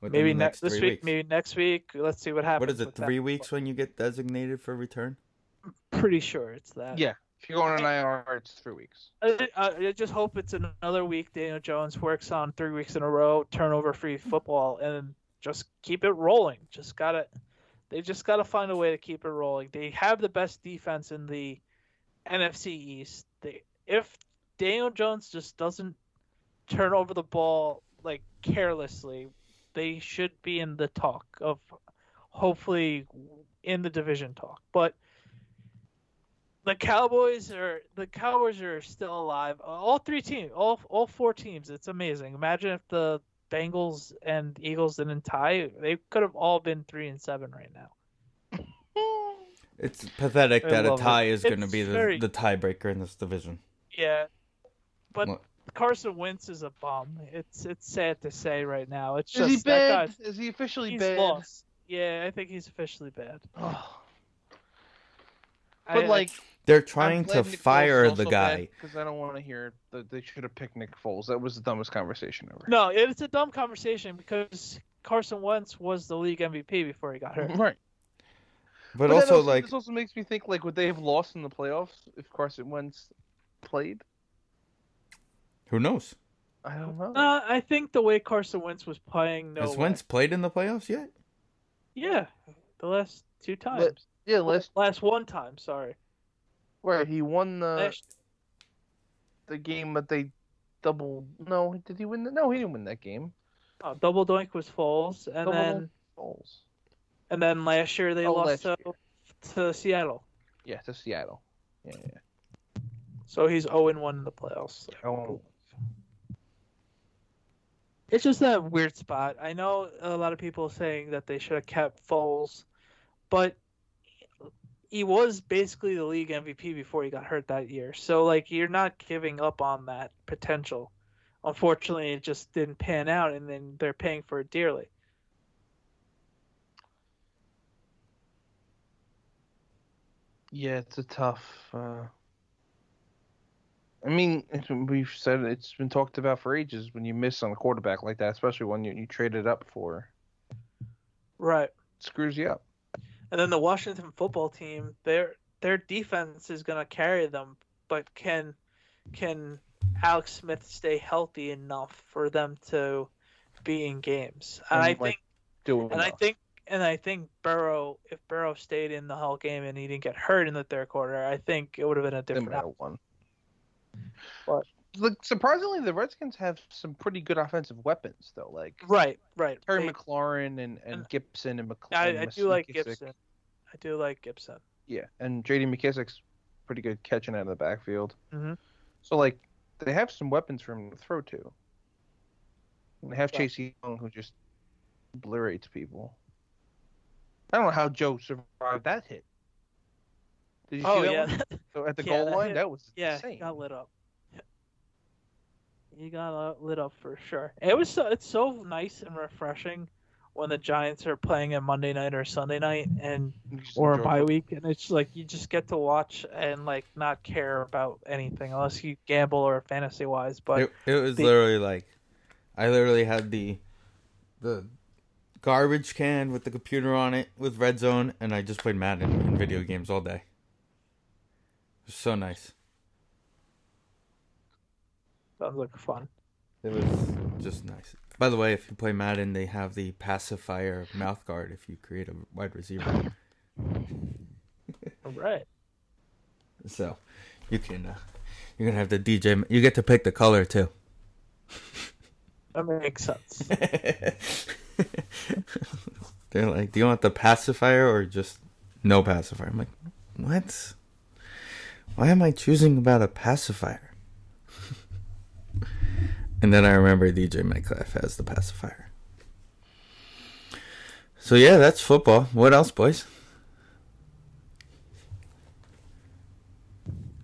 E: maybe next this week, maybe next week. Let's see what happens.
C: What is
E: with
C: it?
E: that.
C: Three weeks when you get designated for return?
E: Pretty sure it's that.
D: Yeah, if you're going on IR, it's three weeks.
E: I, I I just hope it's another week. Daniel Jones works on three weeks in a row, turnover-free football, and just keep it rolling. Just gotta, they just gotta find a way to keep it rolling. They have the best defense in the NFC East. They, if Daniel Jones just doesn't turn over the ball like carelessly, they should be in the talk of, hopefully, in the division talk. But the Cowboys are the Cowboys are still alive. All three teams, all all four teams. It's amazing. Imagine if the Bengals and Eagles didn't tie. They could have all been three and seven right now.
C: It's pathetic
E: I
C: that a
E: love it.
C: tie is going to
E: It's
C: be the,
E: very-
C: the tiebreaker in this division.
E: Yeah, but
C: Look.
E: Carson Wentz is a bum. It's it's sad to say right now. It's
D: Is
E: just
D: he
E: that
D: bad?
E: guy's
D: Is he officially
E: he's
D: bad?
E: lost. Yeah, I think he's officially bad.
D: Ugh.
E: I-
D: but
E: I-
D: like,
C: They're
D: I'm
C: trying
D: glad
C: to
D: Nick Foles is
C: fire
D: also
C: the guy.
D: because I don't want to hear that they should have picked Nick Foles. That was the dumbest conversation ever.
E: no, it's a dumb conversation because Carson Wentz was the league MVP before he got hurt.
D: Right.
C: But,
D: that
C: also, like,
D: this also makes me think like would they have lost in the playoffs if Carson Wentz played?
C: who knows?
D: I don't know.
E: Uh, I think the way Carson Wentz was playing, no
C: Has
E: way.
C: Wentz played in the playoffs yet?
E: Yeah, the last two times.
D: yeah, last
E: Last one time, sorry.
D: where he won the
E: Last-
D: the game that they double. No, did he win? The, no, he didn't win that game.
E: oh, double doink was Foles, and
D: Double
E: then
D: Foles.
E: and then last year they
D: Oh,
E: lost to,
D: last
E: to Seattle.
D: Yeah, to Seattle. Yeah. yeah.
E: So he's 0 and 1 in the playoffs.
D: Oh,
E: It's just that weird spot. I know a lot of people saying that they should have kept Foles, but he was basically the league MVP before he got hurt that year. So like you're not giving up on that potential. Unfortunately, it just didn't pan out, and then they're paying for it dearly.
D: yeah, it's a tough. Uh... I mean, it's- we've said it, it's been talked about for ages when you miss on a quarterback like that, especially when you, you trade it up for,
E: Right.
D: screws you up.
E: And then the Washington football team, their their defense is gonna carry them, but can can Alex Smith stay healthy enough for them to be in games? And I
D: And, like,
E: think
D: Do it
E: and I
D: enough.
E: think and I think Burrow, if Burrow stayed in the whole game and he didn't get hurt in the third quarter, I think it would have been a
D: Didn't
E: different.
D: matter one.
E: But-
D: Look, surprisingly, the Redskins have some pretty good offensive weapons, though. Like
E: Right, right.
D: Terry
E: They-
D: McLaurin and, and
E: And-
D: Gibson and McLaurin.
E: I, I do like Gibson. I do like Gibson.
D: Yeah, and J.D. McKissick's pretty good catching out of the backfield.
E: Mhm.
D: So like they have some weapons for him to throw to. And they have
E: Yeah.
D: Chase Young who just obliterates people. I don't know how Joe survived that hit. Did you
E: Oh
D: see that
E: yeah,
D: one? So at the
E: Yeah,
D: goal
E: that
D: line,
E: hit-
D: that was
E: yeah. He
D: insane.
E: got lit up. He got uh, lit up for sure. It was so, it's so nice and refreshing when the Giants are playing a Monday night or Sunday night and
D: You just
E: or a
D: enjoy-
E: bye week, and it's like you just get to watch and like not care about anything unless you gamble or fantasy wise. But
C: It, it was
E: the-
C: literally like, I literally had the, the, garbage can with the computer on it with Red Zone, and I just played Madden and video games all day. It was so nice.
E: sounds like fun.
C: It was just nice. By the way, if you play Madden, they have the pacifier mouth guard if you create a wide receiver.
E: All right.
C: So, you can, uh, you're gonna have the DJ. You get to pick the color too.
E: That makes sense.
C: They're like, "Do you want the pacifier or just no pacifier?" I'm like, "What? Why am I choosing about a pacifier?" and then I remember DJ Metcalf has the pacifier. So yeah, that's football. What else, boys?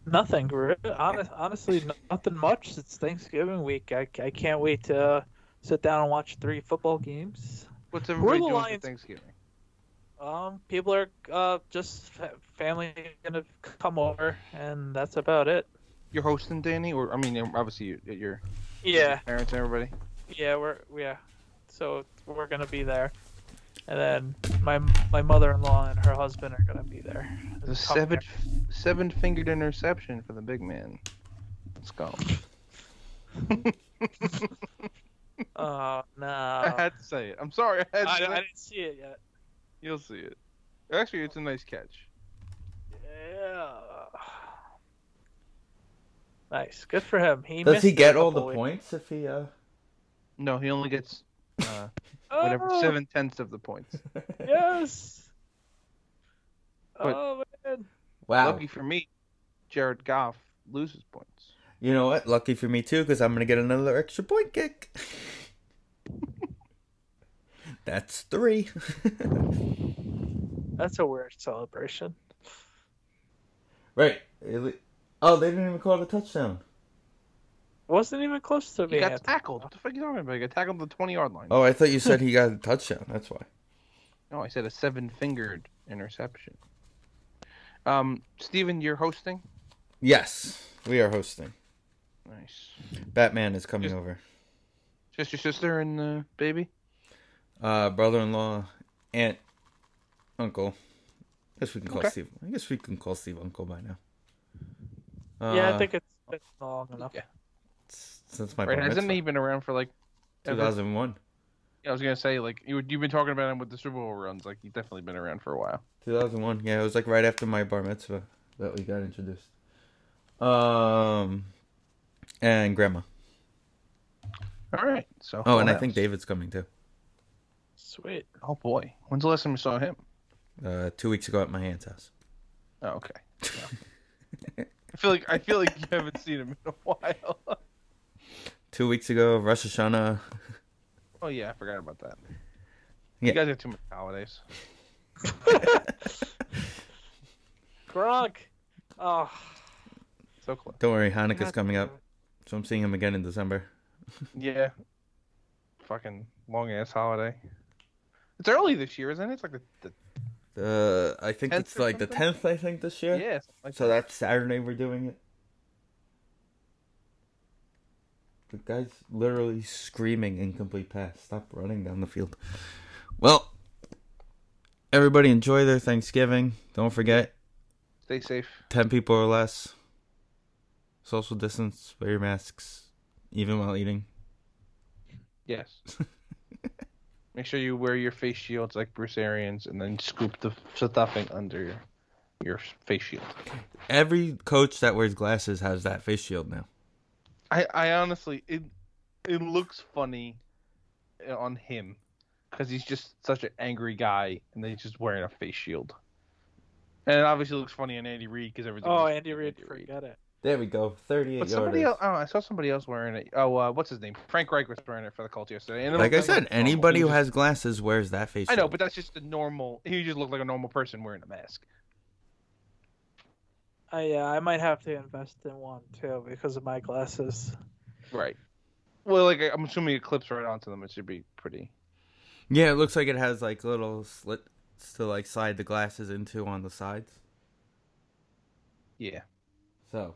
E: Nothing. re- Honest, honestly, nothing much. It's Thanksgiving week. I, I can't wait to uh, sit down and watch three football games.
D: What's everybody
E: the
D: doing
E: Lions?
D: for Thanksgiving?
E: Um, people are uh, just fa- family gonna come over, and that's about it.
D: You're hosting Danny, or I mean, obviously you, your
E: Yeah,
D: parents and everybody.
E: yeah, we're yeah, so we're gonna be there, and then my my mother-in-law and her husband are gonna be there.
D: The
E: Come
D: seven
E: here.
D: seven fingered interception for the big man. Let's go.
E: Oh no,
D: I
E: I,
D: had to say it. I'm sorry. I had to
E: I
D: say it.
E: didn't see it yet.
D: You'll see it. Actually, it's a nice catch.
E: Yeah. Nice. Good for him. He
C: Does
E: missed
C: he
E: it a
C: get all the
E: couple weeks-
C: points if he? uh
D: No, he only gets uh, whatever
E: Oh,
D: seven tenths of the points.
E: Yes.
D: But-
E: Oh man.
C: Wow.
D: Lucky for me, Jared Goff loses points.
C: You know what? Lucky for me too, because I'm gonna get another extra point kick. That's three.
E: That's a weird celebration.
C: right. It- Oh, they didn't even call it a touchdown.
E: Wasn't even close to
D: He
E: being
D: got
E: a-
D: tackled. What the fuck you talking about? He got tackled at the 20 yard line.
C: Oh, I thought you said he got a touchdown. That's why.
D: No, I said a seven fingered interception. Um, Steven, you're hosting?
C: Yes, we are hosting.
D: Nice.
C: Batman is coming
D: Just-
C: over.
D: Just your sister and uh, baby?
C: Uh, brother-in-law, aunt, uncle. I guess we can call
D: Okay.
C: Steve. I guess we can call Steve uncle by now.
E: Yeah, I
C: Uh,
E: think it's been long enough.
D: Yeah.
C: since my
D: Right.
C: bar
D: Hasn't
C: mitzvah,
D: he been around for like ever?
C: 2001,
D: Yeah, I was gonna say like you you've been talking about him with the Super Bowl runs. Like he's definitely been around for a while.
C: 2001. Yeah, it was like right after my bar mitzvah that we got introduced. Um, and grandma.
D: All right. So.
C: Oh, and I
D: full
C: think
D: house.
C: David's coming too.
E: Sweet.
D: Oh boy. When's the last time you saw him?
C: Uh, two weeks ago at my aunt's house.
D: Oh, okay. Well. I feel like I feel like you haven't seen him in a while.
C: Two weeks ago, Rosh Hashanah.
D: oh yeah, I forgot about that.
C: Yeah.
D: You guys got too much holidays.
E: Gronk. Oh,
D: So close.
C: Don't worry, Hanukkah's coming up, so I'm seeing him again in December.
D: Yeah. Fucking long ass holiday. It's early this year, isn't it? It's like the, the
C: Uh, I think
D: Tenth
C: it's
D: or
C: like the
D: something?
C: tenth. I think this year.
D: yeah. it's like
C: So that's Saturday we're doing it. The guy's literally screaming incomplete pass. Stop running down the field. Well, everybody enjoy their Thanksgiving. Don't forget,
D: stay safe.
C: 10 people or less. Social distance, wear your masks, even while eating.
D: Yes. Make sure you wear your face shields like Bruce Arians, and then scoop the stuffing under your, your face shield.
C: Every coach that wears glasses has that face shield now.
D: I, I honestly, it, it looks funny uh, on him because he's just such an angry guy, and then he's just wearing a face shield. And it obviously looks funny on Andy Reid because everything.
E: Oh,
D: is-
E: Andy Reid, forget it.
C: There we go. 38
D: But
C: yards.
D: somebody else, oh, I saw somebody else wearing it. Oh, uh, what's his name? Frank Reich was wearing it for the Colts yesterday. And it
C: Like I
D: looked
C: said,
D: a normal-
C: anybody
D: he
C: who
D: just-
C: has glasses wears that face
D: I
C: shield.
D: know, but that's just a normal. He just looked like a normal person wearing a mask.
E: I uh, I might have to invest in one too because of my glasses.
D: Right. Well, like I'm assuming it clips right onto them. It should be pretty.
C: Yeah, it looks like it has like little slits to like slide the glasses into on the sides.
D: Yeah.
C: So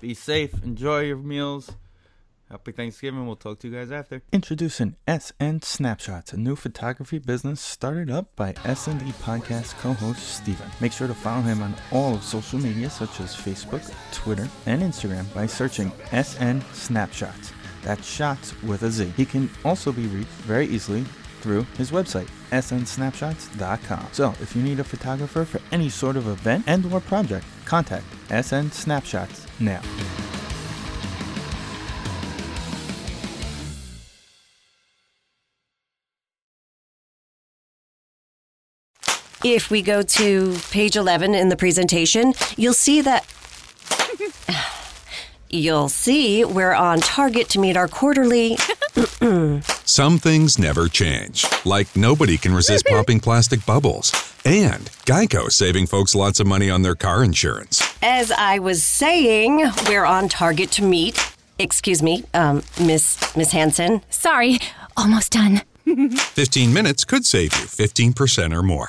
C: be safe, enjoy your meals. Happy Thanksgiving. We'll talk to you guys after.
F: Introducing SN Snapshots, a new photography business started up by S&D podcast co-host Steven. Make sure to follow him on all of social media such as Facebook, Twitter, and Instagram by searching SN Snapshots. That's shots with a Z. He can also be reached very easily through his website snsnapshots.com. So, if you need a photographer for any sort of event and or project, contact SN Snapshots now.
G: If we go to page 11 in the presentation, you'll see that. You'll see we're on target to meet our quarterly.
B: Some things never change, like nobody can resist popping plastic bubbles, and Geico saving folks lots of money on their car insurance.
G: As I was saying, we're on target to meet. Excuse me, um, Miss Miss Hansen.
A: Sorry, almost done.
B: 15 minutes could save you 15% or more.